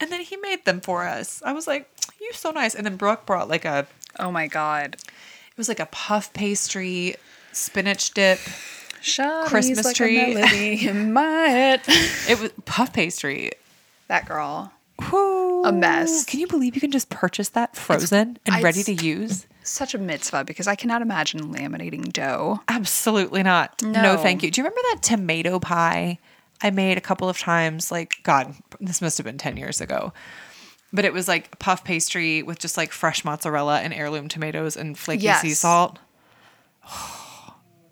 Speaker 1: And then he made them for us. I was like, you so nice. And then Brooke brought like a,
Speaker 2: Oh my god.
Speaker 1: it was like a puff pastry, spinach dip.
Speaker 2: Shawty's
Speaker 1: Christmas
Speaker 2: like a
Speaker 1: tree.
Speaker 2: melody in my head.
Speaker 1: It was puff pastry.
Speaker 2: that girl.
Speaker 1: Whoo.
Speaker 2: A mess.
Speaker 1: Can you believe you can just purchase that frozen and
Speaker 2: I-
Speaker 1: ready to use?
Speaker 2: Such a mitzvah because I cannot imagine laminating dough.
Speaker 1: Absolutely not. No.
Speaker 2: No.
Speaker 1: thank you. Do you remember that tomato pie I made a couple of times? Like, God, this must have been 10 years ago. But it was like puff pastry with just like fresh mozzarella and heirloom tomatoes and flaky sea
Speaker 2: Yes.
Speaker 1: salt.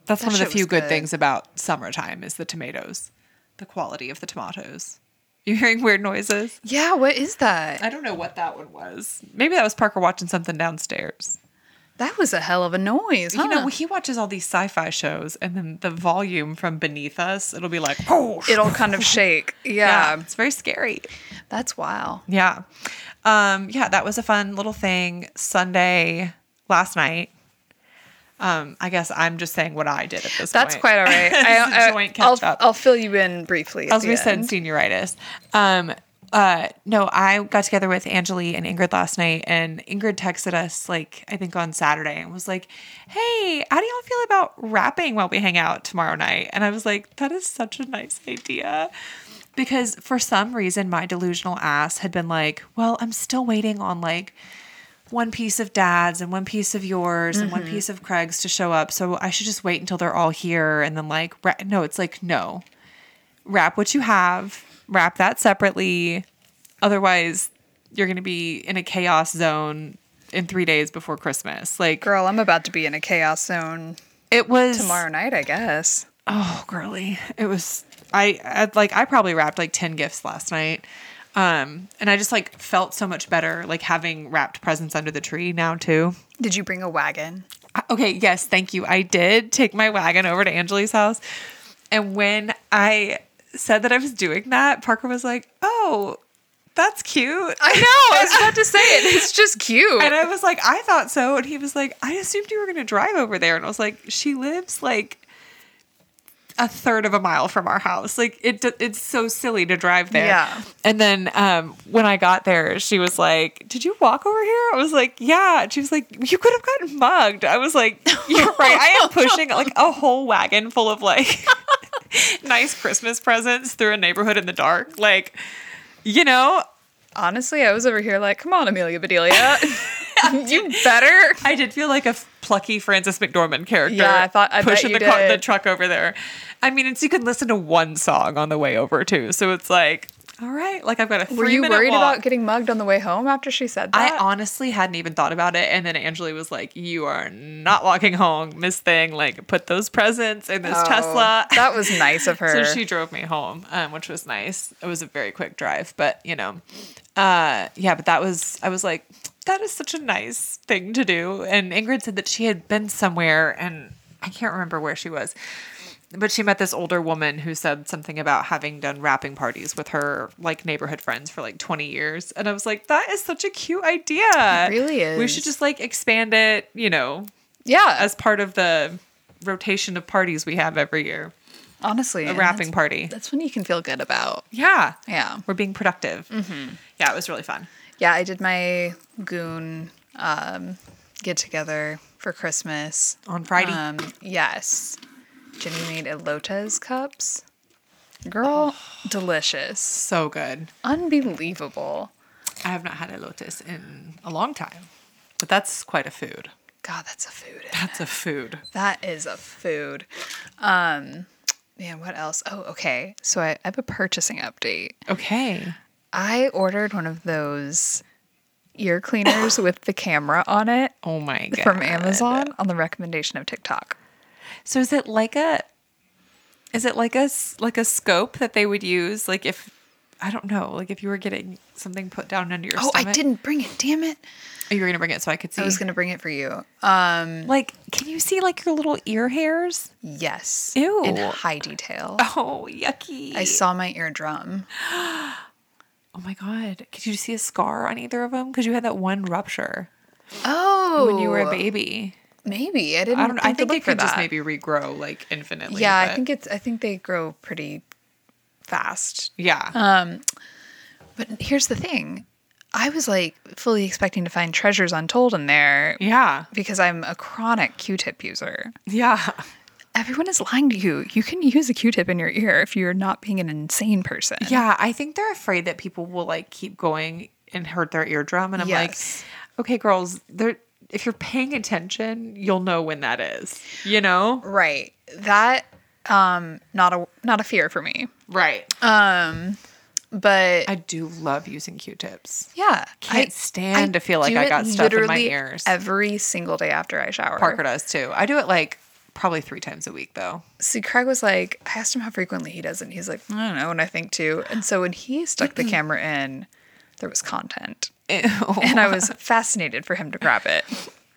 Speaker 1: That's
Speaker 2: That
Speaker 1: one of the
Speaker 2: shit
Speaker 1: few
Speaker 2: was
Speaker 1: good,
Speaker 2: good.
Speaker 1: things about summertime is the tomatoes, the quality of the tomatoes. You're hearing weird noises.
Speaker 2: Yeah, what is that?
Speaker 1: I don't know what that one was. Maybe that was Parker watching something downstairs.
Speaker 2: That was a hell of a noise.
Speaker 1: You know,
Speaker 2: huh?
Speaker 1: he watches all these sci-fi shows, and then the volume from beneath us, it'll be like, oh, sh-
Speaker 2: it'll kind of shake.
Speaker 1: yeah,
Speaker 2: Yeah.
Speaker 1: it's very scary.
Speaker 2: That's wow.
Speaker 1: Yeah, um, yeah, that was a fun little thing Sunday last night. Um, I guess I'm just saying what I did at this.
Speaker 2: That's
Speaker 1: point.
Speaker 2: quite all right.
Speaker 1: This is a
Speaker 2: I,
Speaker 1: joint
Speaker 2: will
Speaker 1: catch-up.
Speaker 2: I'll fill you in briefly. at
Speaker 1: I was
Speaker 2: the
Speaker 1: gonna say
Speaker 2: end.
Speaker 1: senioritis. Um, uh, no, I got together with Angeli and Ingrid last night, and Ingrid texted us like I think on Saturday and was like, "Hey, how do y'all feel about rapping while we hang out tomorrow night?" And I was like, "That is such a nice idea." Because for some reason, my delusional ass had been like, "Well, I'm still waiting on like." one piece of dad's and one piece of yours and one
Speaker 2: Mm-hmm.
Speaker 1: piece of Craig's to show up. So I should just wait until they're all here and then like ra- no, it's like no. Wrap what you have, wrap that separately. Otherwise, you're going to be in a chaos zone in 3 days before Christmas. Like
Speaker 2: Girl, I'm about to be in a chaos zone
Speaker 1: it was
Speaker 2: tomorrow night, I guess.
Speaker 1: Oh, girly. It was I, I like I probably wrapped like 10 gifts last night. Um and I just like felt so much better like having wrapped presents under the tree now too.
Speaker 2: Did you bring a wagon?
Speaker 1: Okay, yes, thank you. I did take my wagon over to Angeli's house. And when I said that I was doing that, Parker was like, Oh, that's cute.
Speaker 2: I know. I was about to say it. It's just cute.
Speaker 1: And I was like, I thought so. And he was like, I assumed you were going to drive over there. And I was like, she lives like a third of a mile from our house. Like it, d- it's so silly to drive there.
Speaker 2: Yeah.
Speaker 1: And then um, when I got there, she was like, "Did you walk over here?" I was like, "Yeah." And she was like, "You could have gotten mugged." I was like, "You're right. I am pushing like a whole wagon full of like nice Christmas presents through a neighborhood in the dark. Like, you know,
Speaker 2: Honestly, I was over here like, come on, Amelia Bedelia. you better.
Speaker 1: I did feel like a f- plucky Frances McDormand character.
Speaker 2: Yeah, I thought- I bet
Speaker 1: pushing
Speaker 2: you
Speaker 1: the, car, the
Speaker 2: did.
Speaker 1: truck over there. I mean, it's you could listen to one song on the way over too. So it's like, all right, like I've got a three
Speaker 2: Were you
Speaker 1: minute
Speaker 2: worried
Speaker 1: walk.
Speaker 2: about getting mugged on the way home after she said that?
Speaker 1: I honestly hadn't even thought about it, and then Angela was like, "You are not walking home, Miss Thing. Like, put those presents in this
Speaker 2: Oh,
Speaker 1: Tesla."
Speaker 2: That was nice of her.
Speaker 1: So she drove me home, um, which was nice. It was a very quick drive, but you know, uh, yeah. But that was I was like, that is such a nice thing to do. And Ingrid said that she had been somewhere, and I can't remember where she was, but she met this older woman who said something about having done wrapping parties with her like neighborhood friends for like twenty years, and I was like, that is such a cute idea.
Speaker 2: really
Speaker 1: We
Speaker 2: is.
Speaker 1: should just like expand it, you know,
Speaker 2: yeah,
Speaker 1: as part of the rotation of parties we have every year,
Speaker 2: honestly,
Speaker 1: a
Speaker 2: and
Speaker 1: wrapping
Speaker 2: That's,
Speaker 1: party.
Speaker 2: that's when you can feel good about.
Speaker 1: Yeah. Mm-hmm.
Speaker 2: Yeah,
Speaker 1: We're being productive. Yeah, it was really fun.
Speaker 2: yeah. I did my goon um, get together for Christmas.
Speaker 1: On Friday.
Speaker 2: Um, yes, Jenny made elotes cups. Girl,
Speaker 1: Oh.
Speaker 2: delicious,
Speaker 1: so good.
Speaker 2: unbelievable.
Speaker 1: I have not had elotes in a long time, but that's quite a food.
Speaker 2: God, that's a food.
Speaker 1: That's a food.
Speaker 2: That is a food. Um, man, what else? Oh, okay. So I, I have a purchasing update.
Speaker 1: Okay.
Speaker 2: I ordered one of those ear cleaners with the camera on it
Speaker 1: Oh my god.
Speaker 2: from Amazon on the recommendation of TikTok.
Speaker 1: So is it like a is it like a s- like a scope that they would use like if I don't know, like if you were getting something put down under your
Speaker 2: Oh,
Speaker 1: stomach?
Speaker 2: I didn't bring it. Damn it.
Speaker 1: Oh, you were going to bring it so I could see.
Speaker 2: I was going to bring it for you. Um,
Speaker 1: like can you see like your little ear hairs?
Speaker 2: yes.
Speaker 1: Ew.
Speaker 2: In high detail.
Speaker 1: Oh, yucky.
Speaker 2: I saw my eardrum.
Speaker 1: Oh my god. Could you see a scar on either of them cuz you had that one rupture?
Speaker 2: Oh.
Speaker 1: when you were a baby.
Speaker 2: Maybe. Mm, I didn't
Speaker 1: I don't. know. I
Speaker 2: to
Speaker 1: think
Speaker 2: look
Speaker 1: it
Speaker 2: for
Speaker 1: could just
Speaker 2: that.
Speaker 1: maybe regrow like infinitely.
Speaker 2: Yeah, I
Speaker 1: but-
Speaker 2: think it's I think they grow pretty fast.
Speaker 1: Yeah.
Speaker 2: But here's the thing. I was like fully expecting to find treasures untold in there
Speaker 1: yeah.
Speaker 2: because I'm a chronic Q-tip user.
Speaker 1: Yeah.
Speaker 2: Everyone is lying to you. You can use a Q-tip in your ear if you're not being an insane person.
Speaker 1: Yeah. I think they're afraid that people will like keep going and hurt their eardrum, and I'm
Speaker 2: Yes.
Speaker 1: like, okay, girls, they're. If you're paying attention, you'll know when that is. You know,
Speaker 2: Right. That um not a not a fear for me.
Speaker 1: right?
Speaker 2: But
Speaker 1: Uh, I do love using Q-tips.
Speaker 2: yeah,
Speaker 1: Can't stand to feel like
Speaker 2: do
Speaker 1: I
Speaker 2: it
Speaker 1: got stuff in my
Speaker 2: literally
Speaker 1: ears.
Speaker 2: every single day after I shower.
Speaker 1: Parker does too. I do it like probably three times a week though.
Speaker 2: See, Craig was like, I asked him how frequently he does it. And he's like, I don't know, and I think too. And so when he stuck the camera in, there was content. And I was fascinated for him to grab it.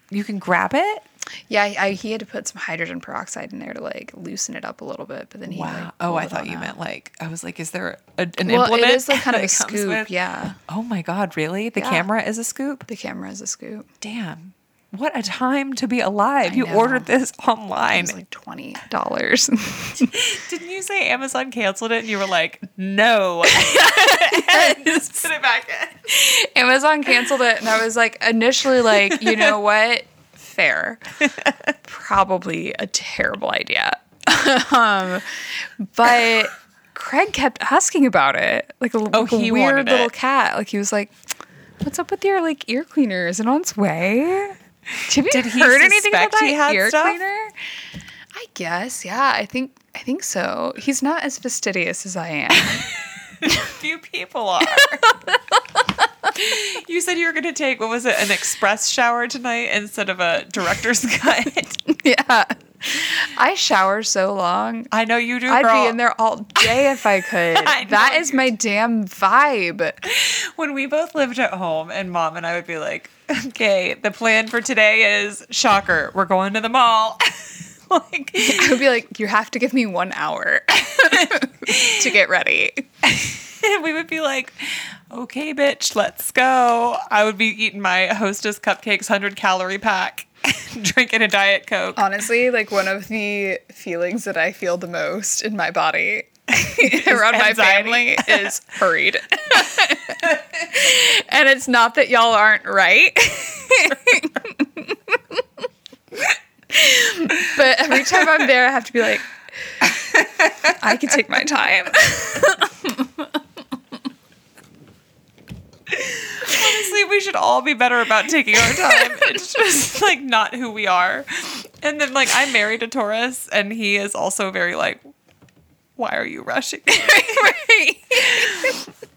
Speaker 1: you can grab it.
Speaker 2: Yeah, I, I, he had to put some hydrogen peroxide in there to like loosen it up a little bit, but then he.
Speaker 1: Wow.
Speaker 2: Like,
Speaker 1: oh, I
Speaker 2: pulled it
Speaker 1: thought
Speaker 2: on
Speaker 1: you
Speaker 2: out.
Speaker 1: meant like I was like, is there a, an
Speaker 2: Well,
Speaker 1: implement?
Speaker 2: it is like kind of
Speaker 1: that
Speaker 2: a
Speaker 1: it comes
Speaker 2: scoop.
Speaker 1: with?
Speaker 2: Yeah,
Speaker 1: Oh my God! Really? The
Speaker 2: Yeah.
Speaker 1: camera is a scoop.
Speaker 2: the camera is a scoop.
Speaker 1: Damn! What a time to be alive!
Speaker 2: I
Speaker 1: you
Speaker 2: know.
Speaker 1: ordered this online.
Speaker 2: It's like twenty dollars.
Speaker 1: Didn't you say Amazon canceled it? And you were like, no. And just put it back in.
Speaker 2: Amazon canceled it, and I was like, initially, like, you know what? Fair. Probably a terrible idea. um, but Craig kept asking about it, like a, like a
Speaker 1: Oh, he
Speaker 2: weird
Speaker 1: wanted
Speaker 2: little
Speaker 1: it.
Speaker 2: cat. Like he was like, "What's up with your like ear cleaner? Is it on its way? Have you
Speaker 1: Did he
Speaker 2: heard anything about
Speaker 1: suspect he
Speaker 2: that
Speaker 1: had
Speaker 2: ear
Speaker 1: stuff?
Speaker 2: cleaner?" I guess, yeah. I think I think so. He's not as fastidious as I am.
Speaker 1: Few people are. you said you were going to take what was it, an express shower tonight instead of a director's cut.
Speaker 2: yeah, I shower so long.
Speaker 1: I know you do.
Speaker 2: I'd
Speaker 1: girl.
Speaker 2: be in there all day if I could.
Speaker 1: I
Speaker 2: that
Speaker 1: know
Speaker 2: is
Speaker 1: you
Speaker 2: my damn vibe.
Speaker 1: When we both lived at home, and mom and I would be like, okay, the plan for today is shocker, we're going to the mall. like,
Speaker 2: I would be like, you have to give me one hour to get ready.
Speaker 1: and we would be like, okay, bitch, let's go. I would be eating my hostess cupcakes 100 calorie pack. drinking a diet coke.
Speaker 2: Uh. Honestly, like one of the feelings that I feel the most in my body around my family
Speaker 1: anxiety.
Speaker 2: is hurried. and it's not that y'all aren't right. but every time I'm there, I have to be like, I can take my time.
Speaker 1: Honestly, we should all be better about taking our time. It's just like not who we are. And then like I married a Taurus, and he is also very like, why are you rushing?
Speaker 2: right.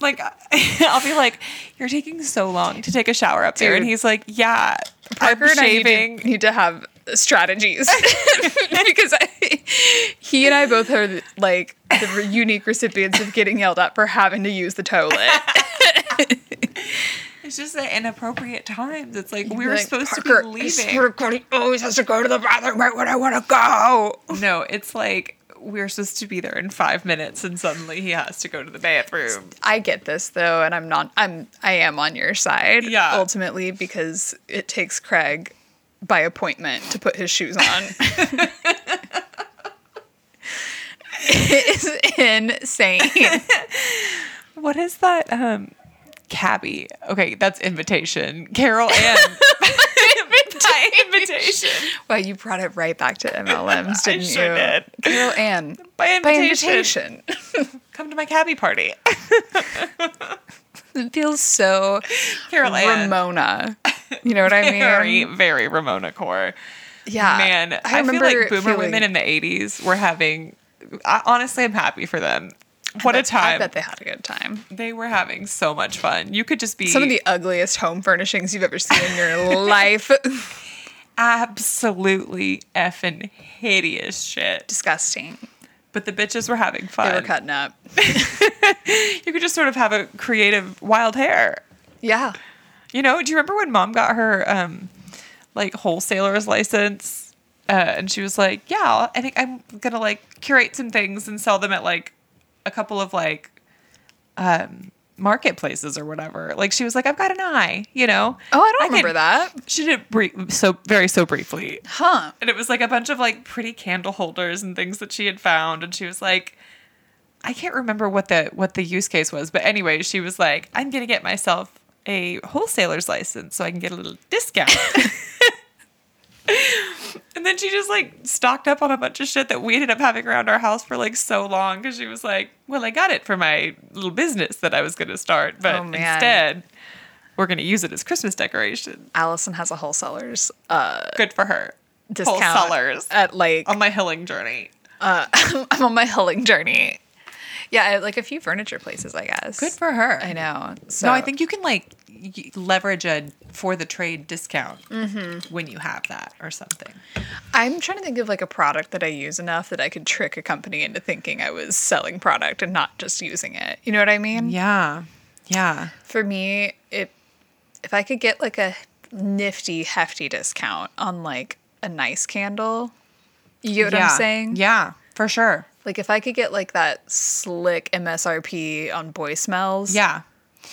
Speaker 1: like I'll be like, you're taking so long to take a shower up there, and
Speaker 2: Dude.
Speaker 1: he's like, yeah,
Speaker 2: Parker
Speaker 1: I'm
Speaker 2: and I need to-
Speaker 1: shaving.
Speaker 2: need to, have strategies because I, he and I both are like the re- unique recipients of getting yelled at for having to use the toilet.
Speaker 1: It's just at inappropriate times. It's like we
Speaker 2: Be
Speaker 1: were
Speaker 2: like,
Speaker 1: supposed
Speaker 2: "Parker,
Speaker 1: to
Speaker 2: I
Speaker 1: be leaving.
Speaker 2: swear to God, he always has to go to the bathroom right when I want to go.
Speaker 1: No, it's like we're supposed to be there in five minutes, and suddenly he has to go to the bathroom.
Speaker 2: I get this though, and I'm not. I'm. I am on your side.
Speaker 1: Yeah.
Speaker 2: Ultimately, because it takes Craig by appointment to put his shoes on. it is insane.
Speaker 1: What is that? Um, cabbie. Okay, that's invitation. Carol and by invitation.
Speaker 2: Well, you brought it right back to MLMs,
Speaker 1: I
Speaker 2: didn't
Speaker 1: sure
Speaker 2: you?
Speaker 1: did.
Speaker 2: Carol Ann.
Speaker 1: By
Speaker 2: By
Speaker 1: invitation.
Speaker 2: invitation.
Speaker 1: Come to my cabbie party.
Speaker 2: It feels so
Speaker 1: Carol Ann.
Speaker 2: Ramona. You know what I mean?
Speaker 1: Very, very Ramona core.
Speaker 2: yeah.
Speaker 1: Man, I, feel like boomer women in the 80s were having, I, honestly, I'm happy for them. What a
Speaker 2: I
Speaker 1: time.
Speaker 2: bet they had a good time.
Speaker 1: they were having so much fun. You could just be
Speaker 2: Some of the ugliest home furnishings you've ever seen in your life.
Speaker 1: absolutely effing hideous shit.
Speaker 2: Disgusting.
Speaker 1: But the bitches were having fun.
Speaker 2: They were cutting up.
Speaker 1: You could just sort of have a creative wild hair.
Speaker 2: Yeah.
Speaker 1: You know, do you remember when mom got her um like wholesaler's license? Uh, and she was like, Yeah, I'll- I think I'm gonna like curate some things and sell them at like a couple of like um marketplaces or whatever. Like she was like, I've got an eye, you know?
Speaker 2: Oh, I don't
Speaker 1: could-
Speaker 2: remember that.
Speaker 1: She did it brief, so very so briefly.
Speaker 2: Huh.
Speaker 1: And it was like a bunch of like pretty candle holders and things that she had found. And she was like, I can't remember what the what the use case was, but anyway, she was like, I'm gonna get myself a wholesaler's license so I can get a little discount. and then she just like stocked up on a bunch of shit that we ended up having around our house for like so long because she was like, Well, I got it for my little business that I was gonna start, but
Speaker 2: Oh, man.
Speaker 1: instead we're gonna use it as Christmas decoration.
Speaker 2: Allison has a wholesaler's uh,
Speaker 1: Good for her.
Speaker 2: discount
Speaker 1: Wholesalers Oh
Speaker 2: at like
Speaker 1: on my healing journey.
Speaker 2: I'm on my hulling journey. Yeah, I- like a few furniture places, I guess.
Speaker 1: for her.
Speaker 2: I know. So
Speaker 1: No, I think you can like y- leverage a for the trade discount
Speaker 2: Mm-hmm.
Speaker 1: when you have that or something.
Speaker 2: I'm trying to think of like a product that I use enough that I could trick a company into thinking I was selling product and not just using it. You know what I mean?
Speaker 1: Yeah. Yeah.
Speaker 2: For me, it if I could get like a nifty hefty discount on like a nice candle, you get what
Speaker 1: yeah.
Speaker 2: I'm saying?
Speaker 1: Yeah, for sure.
Speaker 2: Like if I could get like that slick MSRP on boy smells,
Speaker 1: Yeah.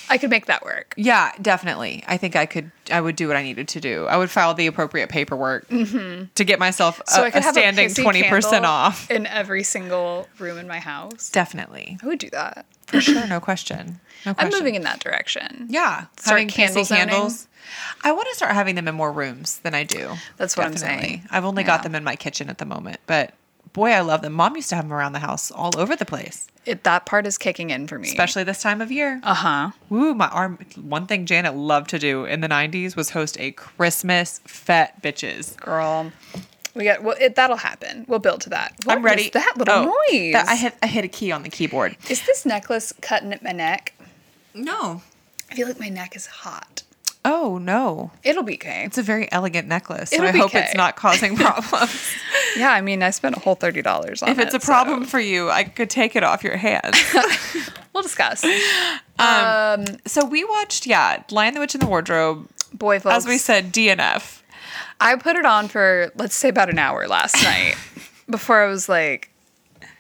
Speaker 2: I could make that work.
Speaker 1: Yeah, definitely. I think I could I would do what I needed to do. I would file the appropriate paperwork to get myself a,
Speaker 2: Mm-hmm. So I could
Speaker 1: a
Speaker 2: have
Speaker 1: standing
Speaker 2: pissy
Speaker 1: 20%
Speaker 2: candle
Speaker 1: off.
Speaker 2: in every single room in my house.
Speaker 1: Definitely.
Speaker 2: I would do that.
Speaker 1: For sure, no question. No
Speaker 2: I'm
Speaker 1: question.
Speaker 2: moving in that direction.
Speaker 1: Yeah,
Speaker 2: Start
Speaker 1: having
Speaker 2: candle
Speaker 1: candle
Speaker 2: zoning.
Speaker 1: candles. I want to start having them in more rooms than I do.
Speaker 2: That's what I'm saying.
Speaker 1: I've only
Speaker 2: Yeah.
Speaker 1: got them in my kitchen at the moment, but boy, I love them. Mom used to have them around the house all over the place,
Speaker 2: It, that part is kicking in for me.
Speaker 1: especially this time of year.
Speaker 2: Uh huh.
Speaker 1: Ooh, my arm. One thing Janet loved to do in the '90s was host a Christmas fete, bitches.
Speaker 2: Girl. We got, well, it, that'll happen. We'll build to that. What
Speaker 1: I'm ready.
Speaker 2: was that little
Speaker 1: Oh,
Speaker 2: noise.
Speaker 1: that- I hit. I hit a key on the keyboard.
Speaker 2: is this necklace cutting at my neck?
Speaker 1: No.
Speaker 2: I feel like my neck is hot.
Speaker 1: Oh no!
Speaker 2: It'll be okay.
Speaker 1: It's a very elegant necklace, so
Speaker 2: It'll
Speaker 1: I
Speaker 2: be
Speaker 1: hope
Speaker 2: okay.
Speaker 1: it's not causing problems.
Speaker 2: Yeah, I mean, I spent a whole $30 on it.
Speaker 1: if it's a
Speaker 2: so
Speaker 1: problem for you, I could take it off your hands.
Speaker 2: We'll discuss.
Speaker 1: So we watched, yeah, Lion the Witch in the Wardrobe.
Speaker 2: Boy, folks.
Speaker 1: As we said, DNF.
Speaker 2: I put it on for let's say about an hour last night before I was like,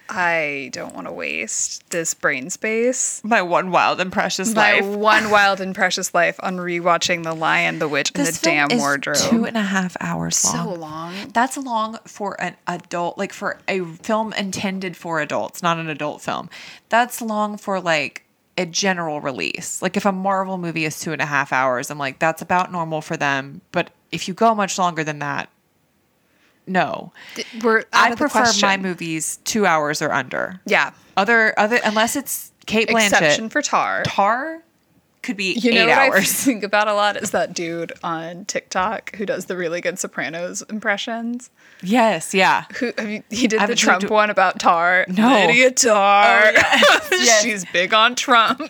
Speaker 2: I don't want to waste this brain space.
Speaker 1: My one wild and precious
Speaker 2: My
Speaker 1: life.
Speaker 2: one wild and precious life on rewatching The Lion, the Witch, and the Damn Wardrobe.
Speaker 1: Two and a half hours long.
Speaker 2: so long.
Speaker 1: That's long for an adult, like for a film intended for adults, not an adult film. That's long for like a general release. Like if a Marvel movie is two and a half hours, I'm like, that's about normal for them. But if you go much longer than that, no.
Speaker 2: We're out
Speaker 1: I
Speaker 2: of
Speaker 1: prefer
Speaker 2: the question.
Speaker 1: my movies two hours or under.
Speaker 2: Yeah.
Speaker 1: Other other unless it's Kate Blanchett.
Speaker 2: Exception for Tar.
Speaker 1: Tar could be
Speaker 2: You know
Speaker 1: eight
Speaker 2: what I
Speaker 1: hours.
Speaker 2: think about a lot is that dude on TikTok who does the really good Sopranos impressions.
Speaker 1: yes, yeah.
Speaker 2: Who have you, he did the
Speaker 1: haven't
Speaker 2: Trump
Speaker 1: tried to-
Speaker 2: one about Tar.
Speaker 1: No.
Speaker 2: Lydia Tar.
Speaker 1: Oh, yes. Yes.
Speaker 2: She's big on Trump.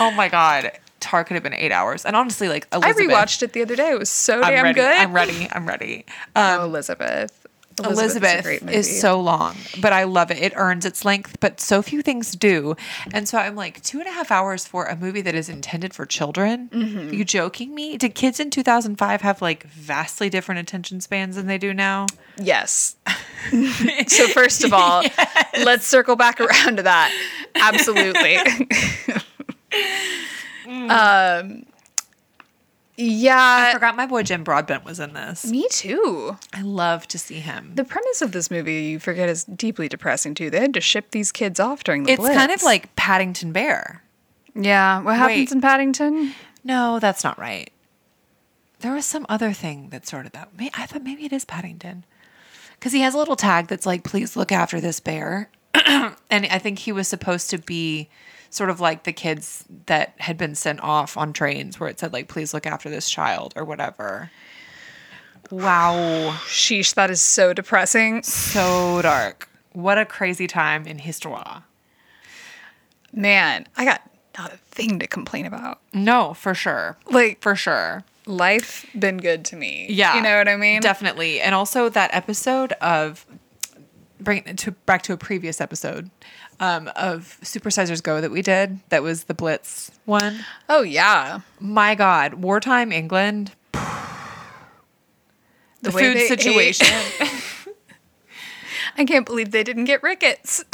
Speaker 1: Oh my god. Tar could have been eight hours. And honestly, like
Speaker 2: I
Speaker 1: Elizabeth,
Speaker 2: rewatched it the other day. It was so
Speaker 1: I'm
Speaker 2: damn
Speaker 1: ready.
Speaker 2: good.
Speaker 1: I'm ready. I'm ready. Um,
Speaker 2: Oh, Elizabeth.
Speaker 1: Elizabeth, is so long, but I love it. It earns its length, but so few things do. And so I'm like, two and a half hours for a movie that is intended for children?
Speaker 2: Mm-hmm.
Speaker 1: you joking me? Did kids in 2005 have like vastly different attention spans than they do now?
Speaker 2: Yes. so first of all, let's circle back around to that. Absolutely. um
Speaker 1: I
Speaker 2: yeah,
Speaker 1: forgot my boy Jim Broadbent was in this.
Speaker 2: me too.
Speaker 1: I love to see him.
Speaker 2: The premise of this movie, you forget, is deeply depressing too. They had to ship these kids off during the
Speaker 1: It's kind of
Speaker 2: Blitz.
Speaker 1: like Paddington Bear.
Speaker 2: yeah. What happens
Speaker 1: Wait.
Speaker 2: in Paddington?
Speaker 1: No, that's not right. There was some other thing that started that. May- I thought maybe it is Paddington. Because he has a little tag that's like, please look after this bear. and I think he was supposed to be sort of like the kids that had been sent off on trains where it said, like, please look after this child or whatever. Wow.
Speaker 2: Sheesh, that is so depressing.
Speaker 1: So dark. What a crazy time in history.
Speaker 2: Man, I got not a thing to complain about.
Speaker 1: No, for sure.
Speaker 2: Like
Speaker 1: For sure.
Speaker 2: life been good to me.
Speaker 1: Yeah.
Speaker 2: You know what I mean?
Speaker 1: Definitely. And also that episode of bring it to back to a previous episode um, of Supersizers Go that we did. That was the Blitz one.
Speaker 2: oh yeah.
Speaker 1: My God, wartime England. The,
Speaker 2: way
Speaker 1: food
Speaker 2: they ate.
Speaker 1: situation.
Speaker 2: I can't believe they didn't get rickets.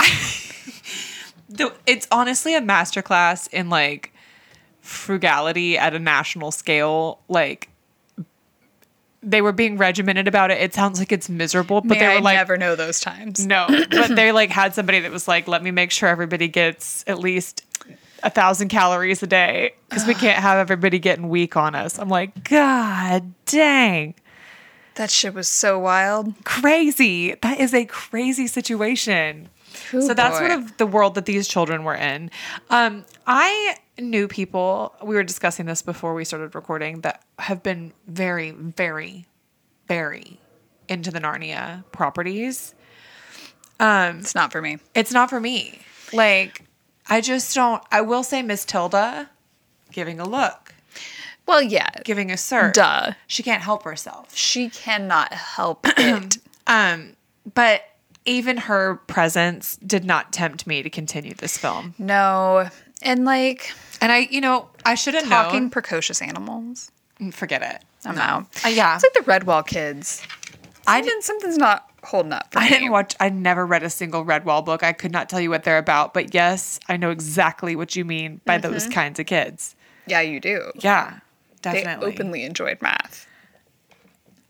Speaker 1: The- it's honestly a masterclass in like frugality at a national scale. Like they were being regimented about it. It sounds like it's miserable, but
Speaker 2: May
Speaker 1: they were
Speaker 2: I
Speaker 1: like
Speaker 2: never know those times.
Speaker 1: No, but they like had somebody that was like, let me make sure everybody gets at least a thousand calories a day because we can't have everybody getting weak on us. I'm like, God dang,
Speaker 2: That shit was so wild.
Speaker 1: Mm-hmm. crazy. That is a crazy situation.
Speaker 2: Oh,
Speaker 1: so that's
Speaker 2: boy.
Speaker 1: sort of the world that these children were in. Um, I knew people, we were discussing this before we started recording, that have been very, very, very into the Narnia properties.
Speaker 2: It's not for me.
Speaker 1: It's not for me. Like, I just don't. I will say Miss Tilda giving a look,
Speaker 2: Well, yeah.
Speaker 1: giving a search.
Speaker 2: Duh.
Speaker 1: She can't help herself.
Speaker 2: She cannot help it.
Speaker 1: Um, but even her presence did not tempt me to continue this film.
Speaker 2: no. And like
Speaker 1: And I, you know, I should have
Speaker 2: talking
Speaker 1: known.
Speaker 2: precocious animals.
Speaker 1: Forget it.
Speaker 2: I don't know.
Speaker 1: Uh, yeah.
Speaker 2: It's like the Redwall kids. I didn't something's not holding up for
Speaker 1: I
Speaker 2: me.
Speaker 1: didn't watch. I never read a single Redwall book. I could not tell you what they're about. But yes, I know exactly what you mean by
Speaker 2: Mm-hmm.
Speaker 1: those kinds of kids.
Speaker 2: Yeah, you do.
Speaker 1: Yeah,
Speaker 2: They
Speaker 1: definitely.
Speaker 2: openly enjoyed math.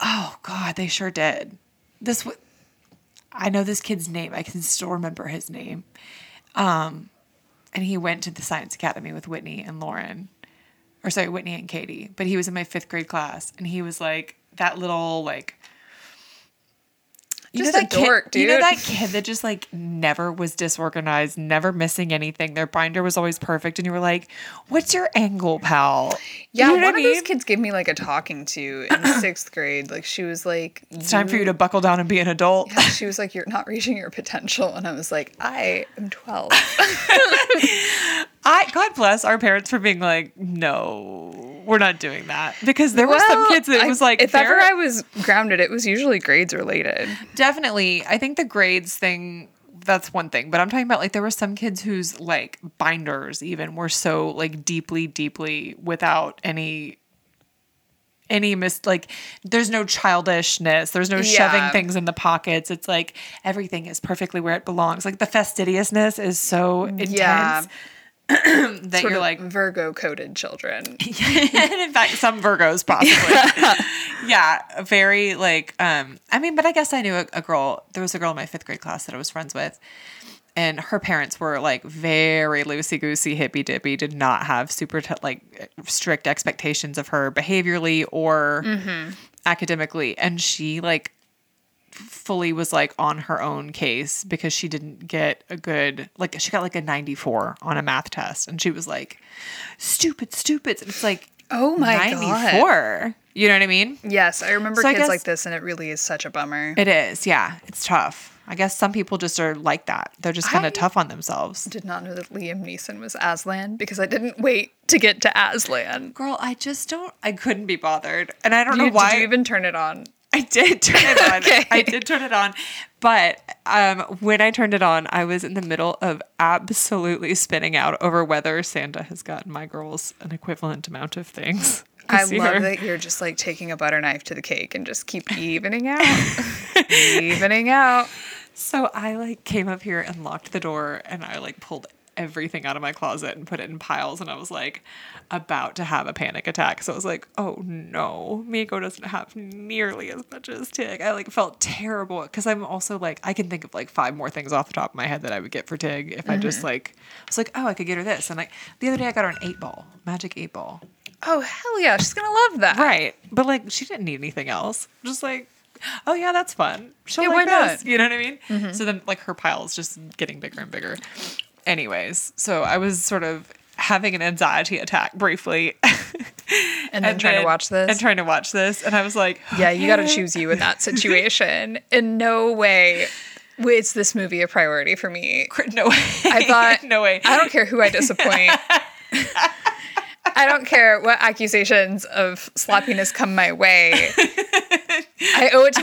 Speaker 1: Oh God, they sure did. This w- I know this kid's name. I can still remember his name. Um, and he went to the science academy with Whitney and Lauren, or sorry, Whitney and Katie. But he was in my fifth grade class, and he was like that little like. You
Speaker 2: Just
Speaker 1: know
Speaker 2: a
Speaker 1: that kid-
Speaker 2: dork,
Speaker 1: You know
Speaker 2: dude.
Speaker 1: that kid that just like never was disorganized, never missing anything. Their binder was always perfect, and you were like, "What's your angle, pal?" you
Speaker 2: Yeah,
Speaker 1: know
Speaker 2: one
Speaker 1: what I
Speaker 2: of those
Speaker 1: mean.
Speaker 2: kids gave me like a talking to in sixth grade. Like she was like,
Speaker 1: It's time for you to buckle down and be an adult.
Speaker 2: And she was like, You're not reaching your potential. And I was like, I am 12.
Speaker 1: I God bless our parents for being like, no, we're not doing that because there were some kids that
Speaker 2: I-
Speaker 1: was like,
Speaker 2: If ever
Speaker 1: they're-
Speaker 2: I was grounded, it was usually grades related.
Speaker 1: definitely. I think the grades thing. That's one thing, but I'm talking about like there were some kids whose like binders even were so like deeply, deeply without any any mis like there's no childishness there's no shoving
Speaker 2: Yeah.
Speaker 1: things in the pockets it's like everything is perfectly where it belongs like the fastidiousness is so intense
Speaker 2: Yeah.
Speaker 1: that
Speaker 2: Sort
Speaker 1: you're
Speaker 2: of
Speaker 1: like
Speaker 2: Virgo coded children.
Speaker 1: and in fact some virgos possibly yeah very like um i mean but i guess i knew a, a girl there was a girl in my fifth grade class that i was friends with and her parents were like very loosey goosey hippy dippy did not have super t- like strict expectations of her behaviorally or academically and she like fully was like on her own case because she didn't get a good like she got like a 94 on a math test and she was like stupid stupid and it's like
Speaker 2: Oh my god.
Speaker 1: 94 you know what i mean
Speaker 2: Yes, I remember
Speaker 1: So I
Speaker 2: kids
Speaker 1: guess-
Speaker 2: like this, and it really is such a bummer.
Speaker 1: it is yeah it's tough i guess some people just are like that they're just kind
Speaker 2: I-
Speaker 1: of tough on themselves
Speaker 2: did not know that Liam Neeson was Aslan because I didn't wait to get to Aslan.
Speaker 1: girl i just don't i couldn't be bothered and i don't
Speaker 2: You,
Speaker 1: know why
Speaker 2: Did you even turn it on?
Speaker 1: I did turn it on.
Speaker 2: Okay.
Speaker 1: I did turn it on. But um, when I turned it on, I was in the middle of absolutely spinning out over whether Santa has gotten my girls an equivalent amount of things.
Speaker 2: I
Speaker 1: this
Speaker 2: love
Speaker 1: year.
Speaker 2: that you're just like taking a butter knife to the cake and just keep evening out, evening out.
Speaker 1: So I like came up here and locked the door and I like pulled everything out of my closet and put it in piles and I was like about to have a panic attack. So I was like, oh no, Miko doesn't have nearly as much as Tig. I like felt terrible because I'm also like I can think of like five more things off the top of my head that I would get for Tig if I just like I was like, oh I could get her this. And like the other day I got her an eight ball, magic eight ball.
Speaker 2: Oh hell yeah, she's gonna love that.
Speaker 1: Right. But like she didn't need anything else. Just like, oh yeah, that's fun. She'll
Speaker 2: Yeah,
Speaker 1: like
Speaker 2: why not? Mm-hmm.
Speaker 1: this. You know what I mean? So then like her pile's just getting bigger and bigger. Anyways, so I was sort of having an anxiety attack briefly.
Speaker 2: And then trying to watch this?
Speaker 1: And trying to watch this. And I was like,
Speaker 2: Yeah, you gotta
Speaker 1: okay.
Speaker 2: choose you in that situation. In no way is this movie a priority for me.
Speaker 1: No way.
Speaker 2: I thought,
Speaker 1: no way.
Speaker 2: I don't care who I disappoint. I don't care what accusations of sloppiness come my way. I owe it to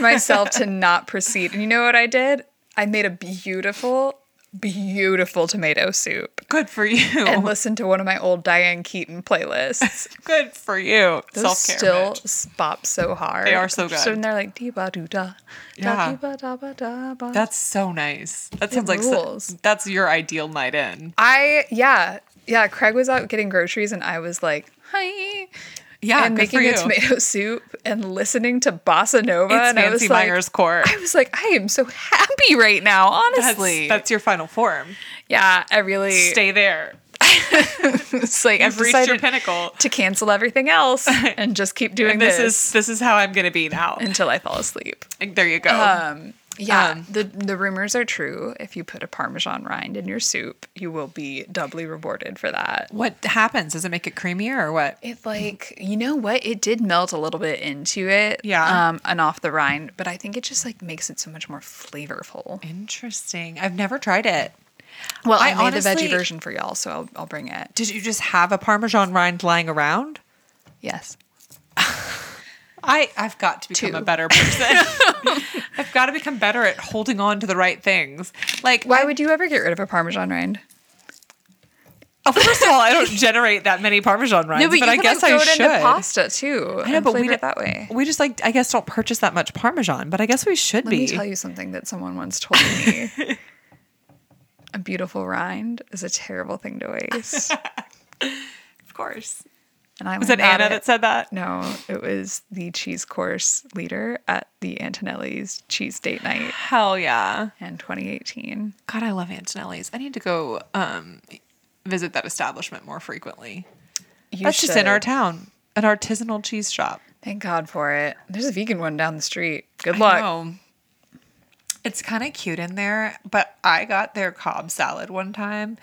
Speaker 2: myself to not proceed. And you know what I did? I made a beautiful, beautiful tomato soup
Speaker 1: Good for you.
Speaker 2: and listened to one of my old Diane Keaton playlists.
Speaker 1: Good for you.
Speaker 2: Those
Speaker 1: Self care.
Speaker 2: still s- bop so hard.
Speaker 1: They are so
Speaker 2: I'm
Speaker 1: good.
Speaker 2: just Sitting there like dee ba doo da,
Speaker 1: Yeah.
Speaker 2: da dee ba da ba da ba.
Speaker 1: That's so nice. That sounds like so-
Speaker 2: rules.
Speaker 1: that's your ideal night in.
Speaker 2: I yeah yeah. Craig was out getting groceries and I was like hi,
Speaker 1: Yeah,
Speaker 2: and
Speaker 1: good for
Speaker 2: making a
Speaker 1: you.
Speaker 2: tomato soup and listening to bossa nova.
Speaker 1: It's
Speaker 2: and I
Speaker 1: Nancy
Speaker 2: was
Speaker 1: Meyer's court.
Speaker 2: like, I was like, I am so happy right now.
Speaker 1: That's,
Speaker 2: Honestly,
Speaker 1: that's your final form.
Speaker 2: yeah. I really
Speaker 1: Stay there.
Speaker 2: it's like I've
Speaker 1: You've reached your
Speaker 2: decided
Speaker 1: pinnacle.
Speaker 2: to cancel everything else and just keep doing
Speaker 1: And this,
Speaker 2: this,
Speaker 1: is this is how I'm gonna be now.
Speaker 2: until I fall asleep.
Speaker 1: And there you go.
Speaker 2: Um, yeah,
Speaker 1: Um,
Speaker 2: the the rumors are true. If you put a parmesan rind in your soup, you will be doubly rewarded for that.
Speaker 1: what happens? Does it make it creamier or what?
Speaker 2: It like you know what? It did melt a little bit into it,
Speaker 1: Yeah.
Speaker 2: um, and off the rind. But I think it just like makes it so much more flavorful.
Speaker 1: Interesting. I've never tried it.
Speaker 2: Well,
Speaker 1: I
Speaker 2: I, made the
Speaker 1: honestly-
Speaker 2: veggie version for y'all, so I'll I'll bring it.
Speaker 1: Did you just have a Parmesan rind lying around?
Speaker 2: Yes,
Speaker 1: I, I've got to become
Speaker 2: Two.
Speaker 1: a better person. I've got to become better at holding on to the right things. Like,
Speaker 2: why would you ever get rid of a parmesan rind?
Speaker 1: oh, first of all, I don't generate that many Parmesan rinds, but, I guess I should.
Speaker 2: pasta too.
Speaker 1: I know, but we
Speaker 2: flavor
Speaker 1: d-
Speaker 2: it that way.
Speaker 1: We just like I guess don't purchase that much Parmesan, but I guess we should
Speaker 2: Let
Speaker 1: be.
Speaker 2: me tell you something that someone once told me. a beautiful rind is a terrible thing to waste,
Speaker 1: Of course.
Speaker 2: and I
Speaker 1: Was it Anna that said that?
Speaker 2: No, it was the cheese course leader at the Antonelli's cheese date night
Speaker 1: Hell yeah.
Speaker 2: in 2018.
Speaker 1: God, I love Antonelli's. I need to go um, visit that establishment more frequently.
Speaker 2: You
Speaker 1: That's just in our
Speaker 2: should.
Speaker 1: town, an artisanal cheese shop.
Speaker 2: Thank God for it. There's a vegan one down the street. Good
Speaker 1: I
Speaker 2: luck.
Speaker 1: know. It's kind of cute in there, but I got their cob salad one time.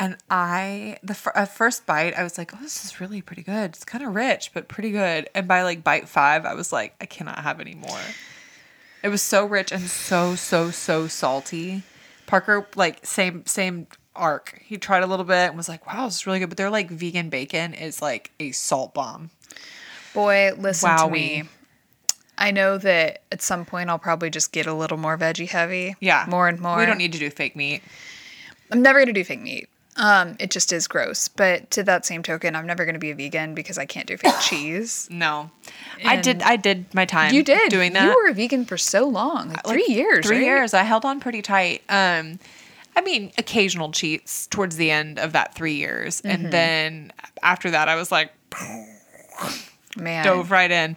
Speaker 1: And I, the fir- uh, first bite, I was like, oh, this is really pretty good. It's kind of rich, but pretty good. And by like bite five, I was like, I cannot have any more. It was so rich and so, so, so salty. Parker, like, same, same arc. He tried a little bit and was like, wow, this is really good. But their like vegan bacon is like a salt bomb.
Speaker 2: Boy, listen to
Speaker 1: Wowie.
Speaker 2: me. I know that at some point I'll probably just get a little more veggie heavy.
Speaker 1: Yeah.
Speaker 2: More and more.
Speaker 1: We don't need to do fake meat.
Speaker 2: I'm never gonna do fake meat. Um, it just is gross. But to that same token, I'm never going to be a vegan because I can't do fake cheese.
Speaker 1: No, I did. I did my time.
Speaker 2: You did
Speaker 1: doing that.
Speaker 2: You were a vegan for so long, like three
Speaker 1: Like,
Speaker 2: years.
Speaker 1: Three
Speaker 2: right?
Speaker 1: years. I held on pretty tight. Um, I mean, occasional cheats towards the end of that three years,
Speaker 2: Mm-hmm.
Speaker 1: and then after that, I was like
Speaker 2: Man,
Speaker 1: dove right in.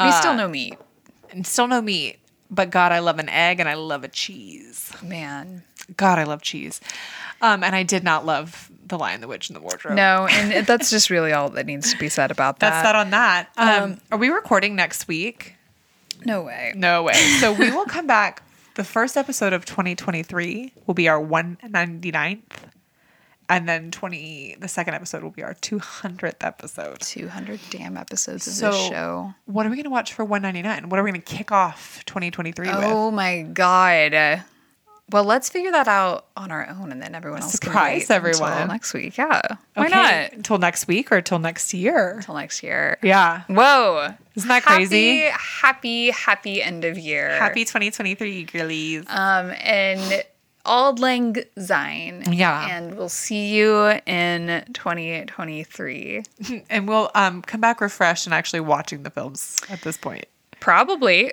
Speaker 2: we still
Speaker 1: Uh,
Speaker 2: no meat.
Speaker 1: and still no meat, but God, I love an egg and I love a cheese.
Speaker 2: Man,
Speaker 1: God, I love cheese. Um, and I did not love the Lion, the Witch, and the Wardrobe.
Speaker 2: no, and it- that's just really all that needs to be said about that.
Speaker 1: Oh. that's that on that. Um, are we recording next week?
Speaker 2: no way.
Speaker 1: No way. So we will come back. The first episode of 2023 will be our 199th. And then 20, the second episode will be our 200th episode.
Speaker 2: Two hundred damn episodes of
Speaker 1: So,
Speaker 2: this show.
Speaker 1: what are we going to watch for 199? What are we going to kick off 2023 with?
Speaker 2: Oh my god. Well, let's figure that out on our own, and then everyone else
Speaker 1: Surprise
Speaker 2: can wait until
Speaker 1: everyone.
Speaker 2: next week. Yeah, why not?
Speaker 1: Until next week or until next year?
Speaker 2: Until next year.
Speaker 1: Yeah.
Speaker 2: Whoa!
Speaker 1: Isn't that
Speaker 2: Happy,
Speaker 1: crazy?
Speaker 2: Happy, happy end of year.
Speaker 1: Happy 2023, girlies.
Speaker 2: Um, and Auld Lang Syne.
Speaker 1: Yeah.
Speaker 2: And we'll see you in 2023.
Speaker 1: and we'll um, come back refreshed and actually watching the films at this point.
Speaker 2: Probably.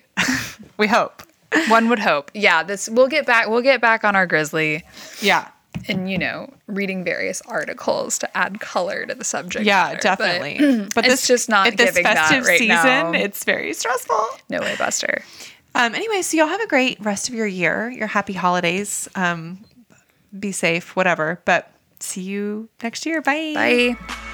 Speaker 1: We hope.
Speaker 2: One would hope. Yeah, this we'll get back we'll get back on our grizzly
Speaker 1: Yeah.
Speaker 2: and you know, reading various articles to add color to the subject.
Speaker 1: Yeah,
Speaker 2: matter, but
Speaker 1: definitely. But,
Speaker 2: it's just not
Speaker 1: at this
Speaker 2: giving that
Speaker 1: festive
Speaker 2: right
Speaker 1: season,
Speaker 2: now.
Speaker 1: it's very stressful.
Speaker 2: no way, Buster.
Speaker 1: Um, anyway, so y'all have a great rest of your year, your happy holidays. Um, be safe, whatever. But see you next year. Bye.
Speaker 2: Bye.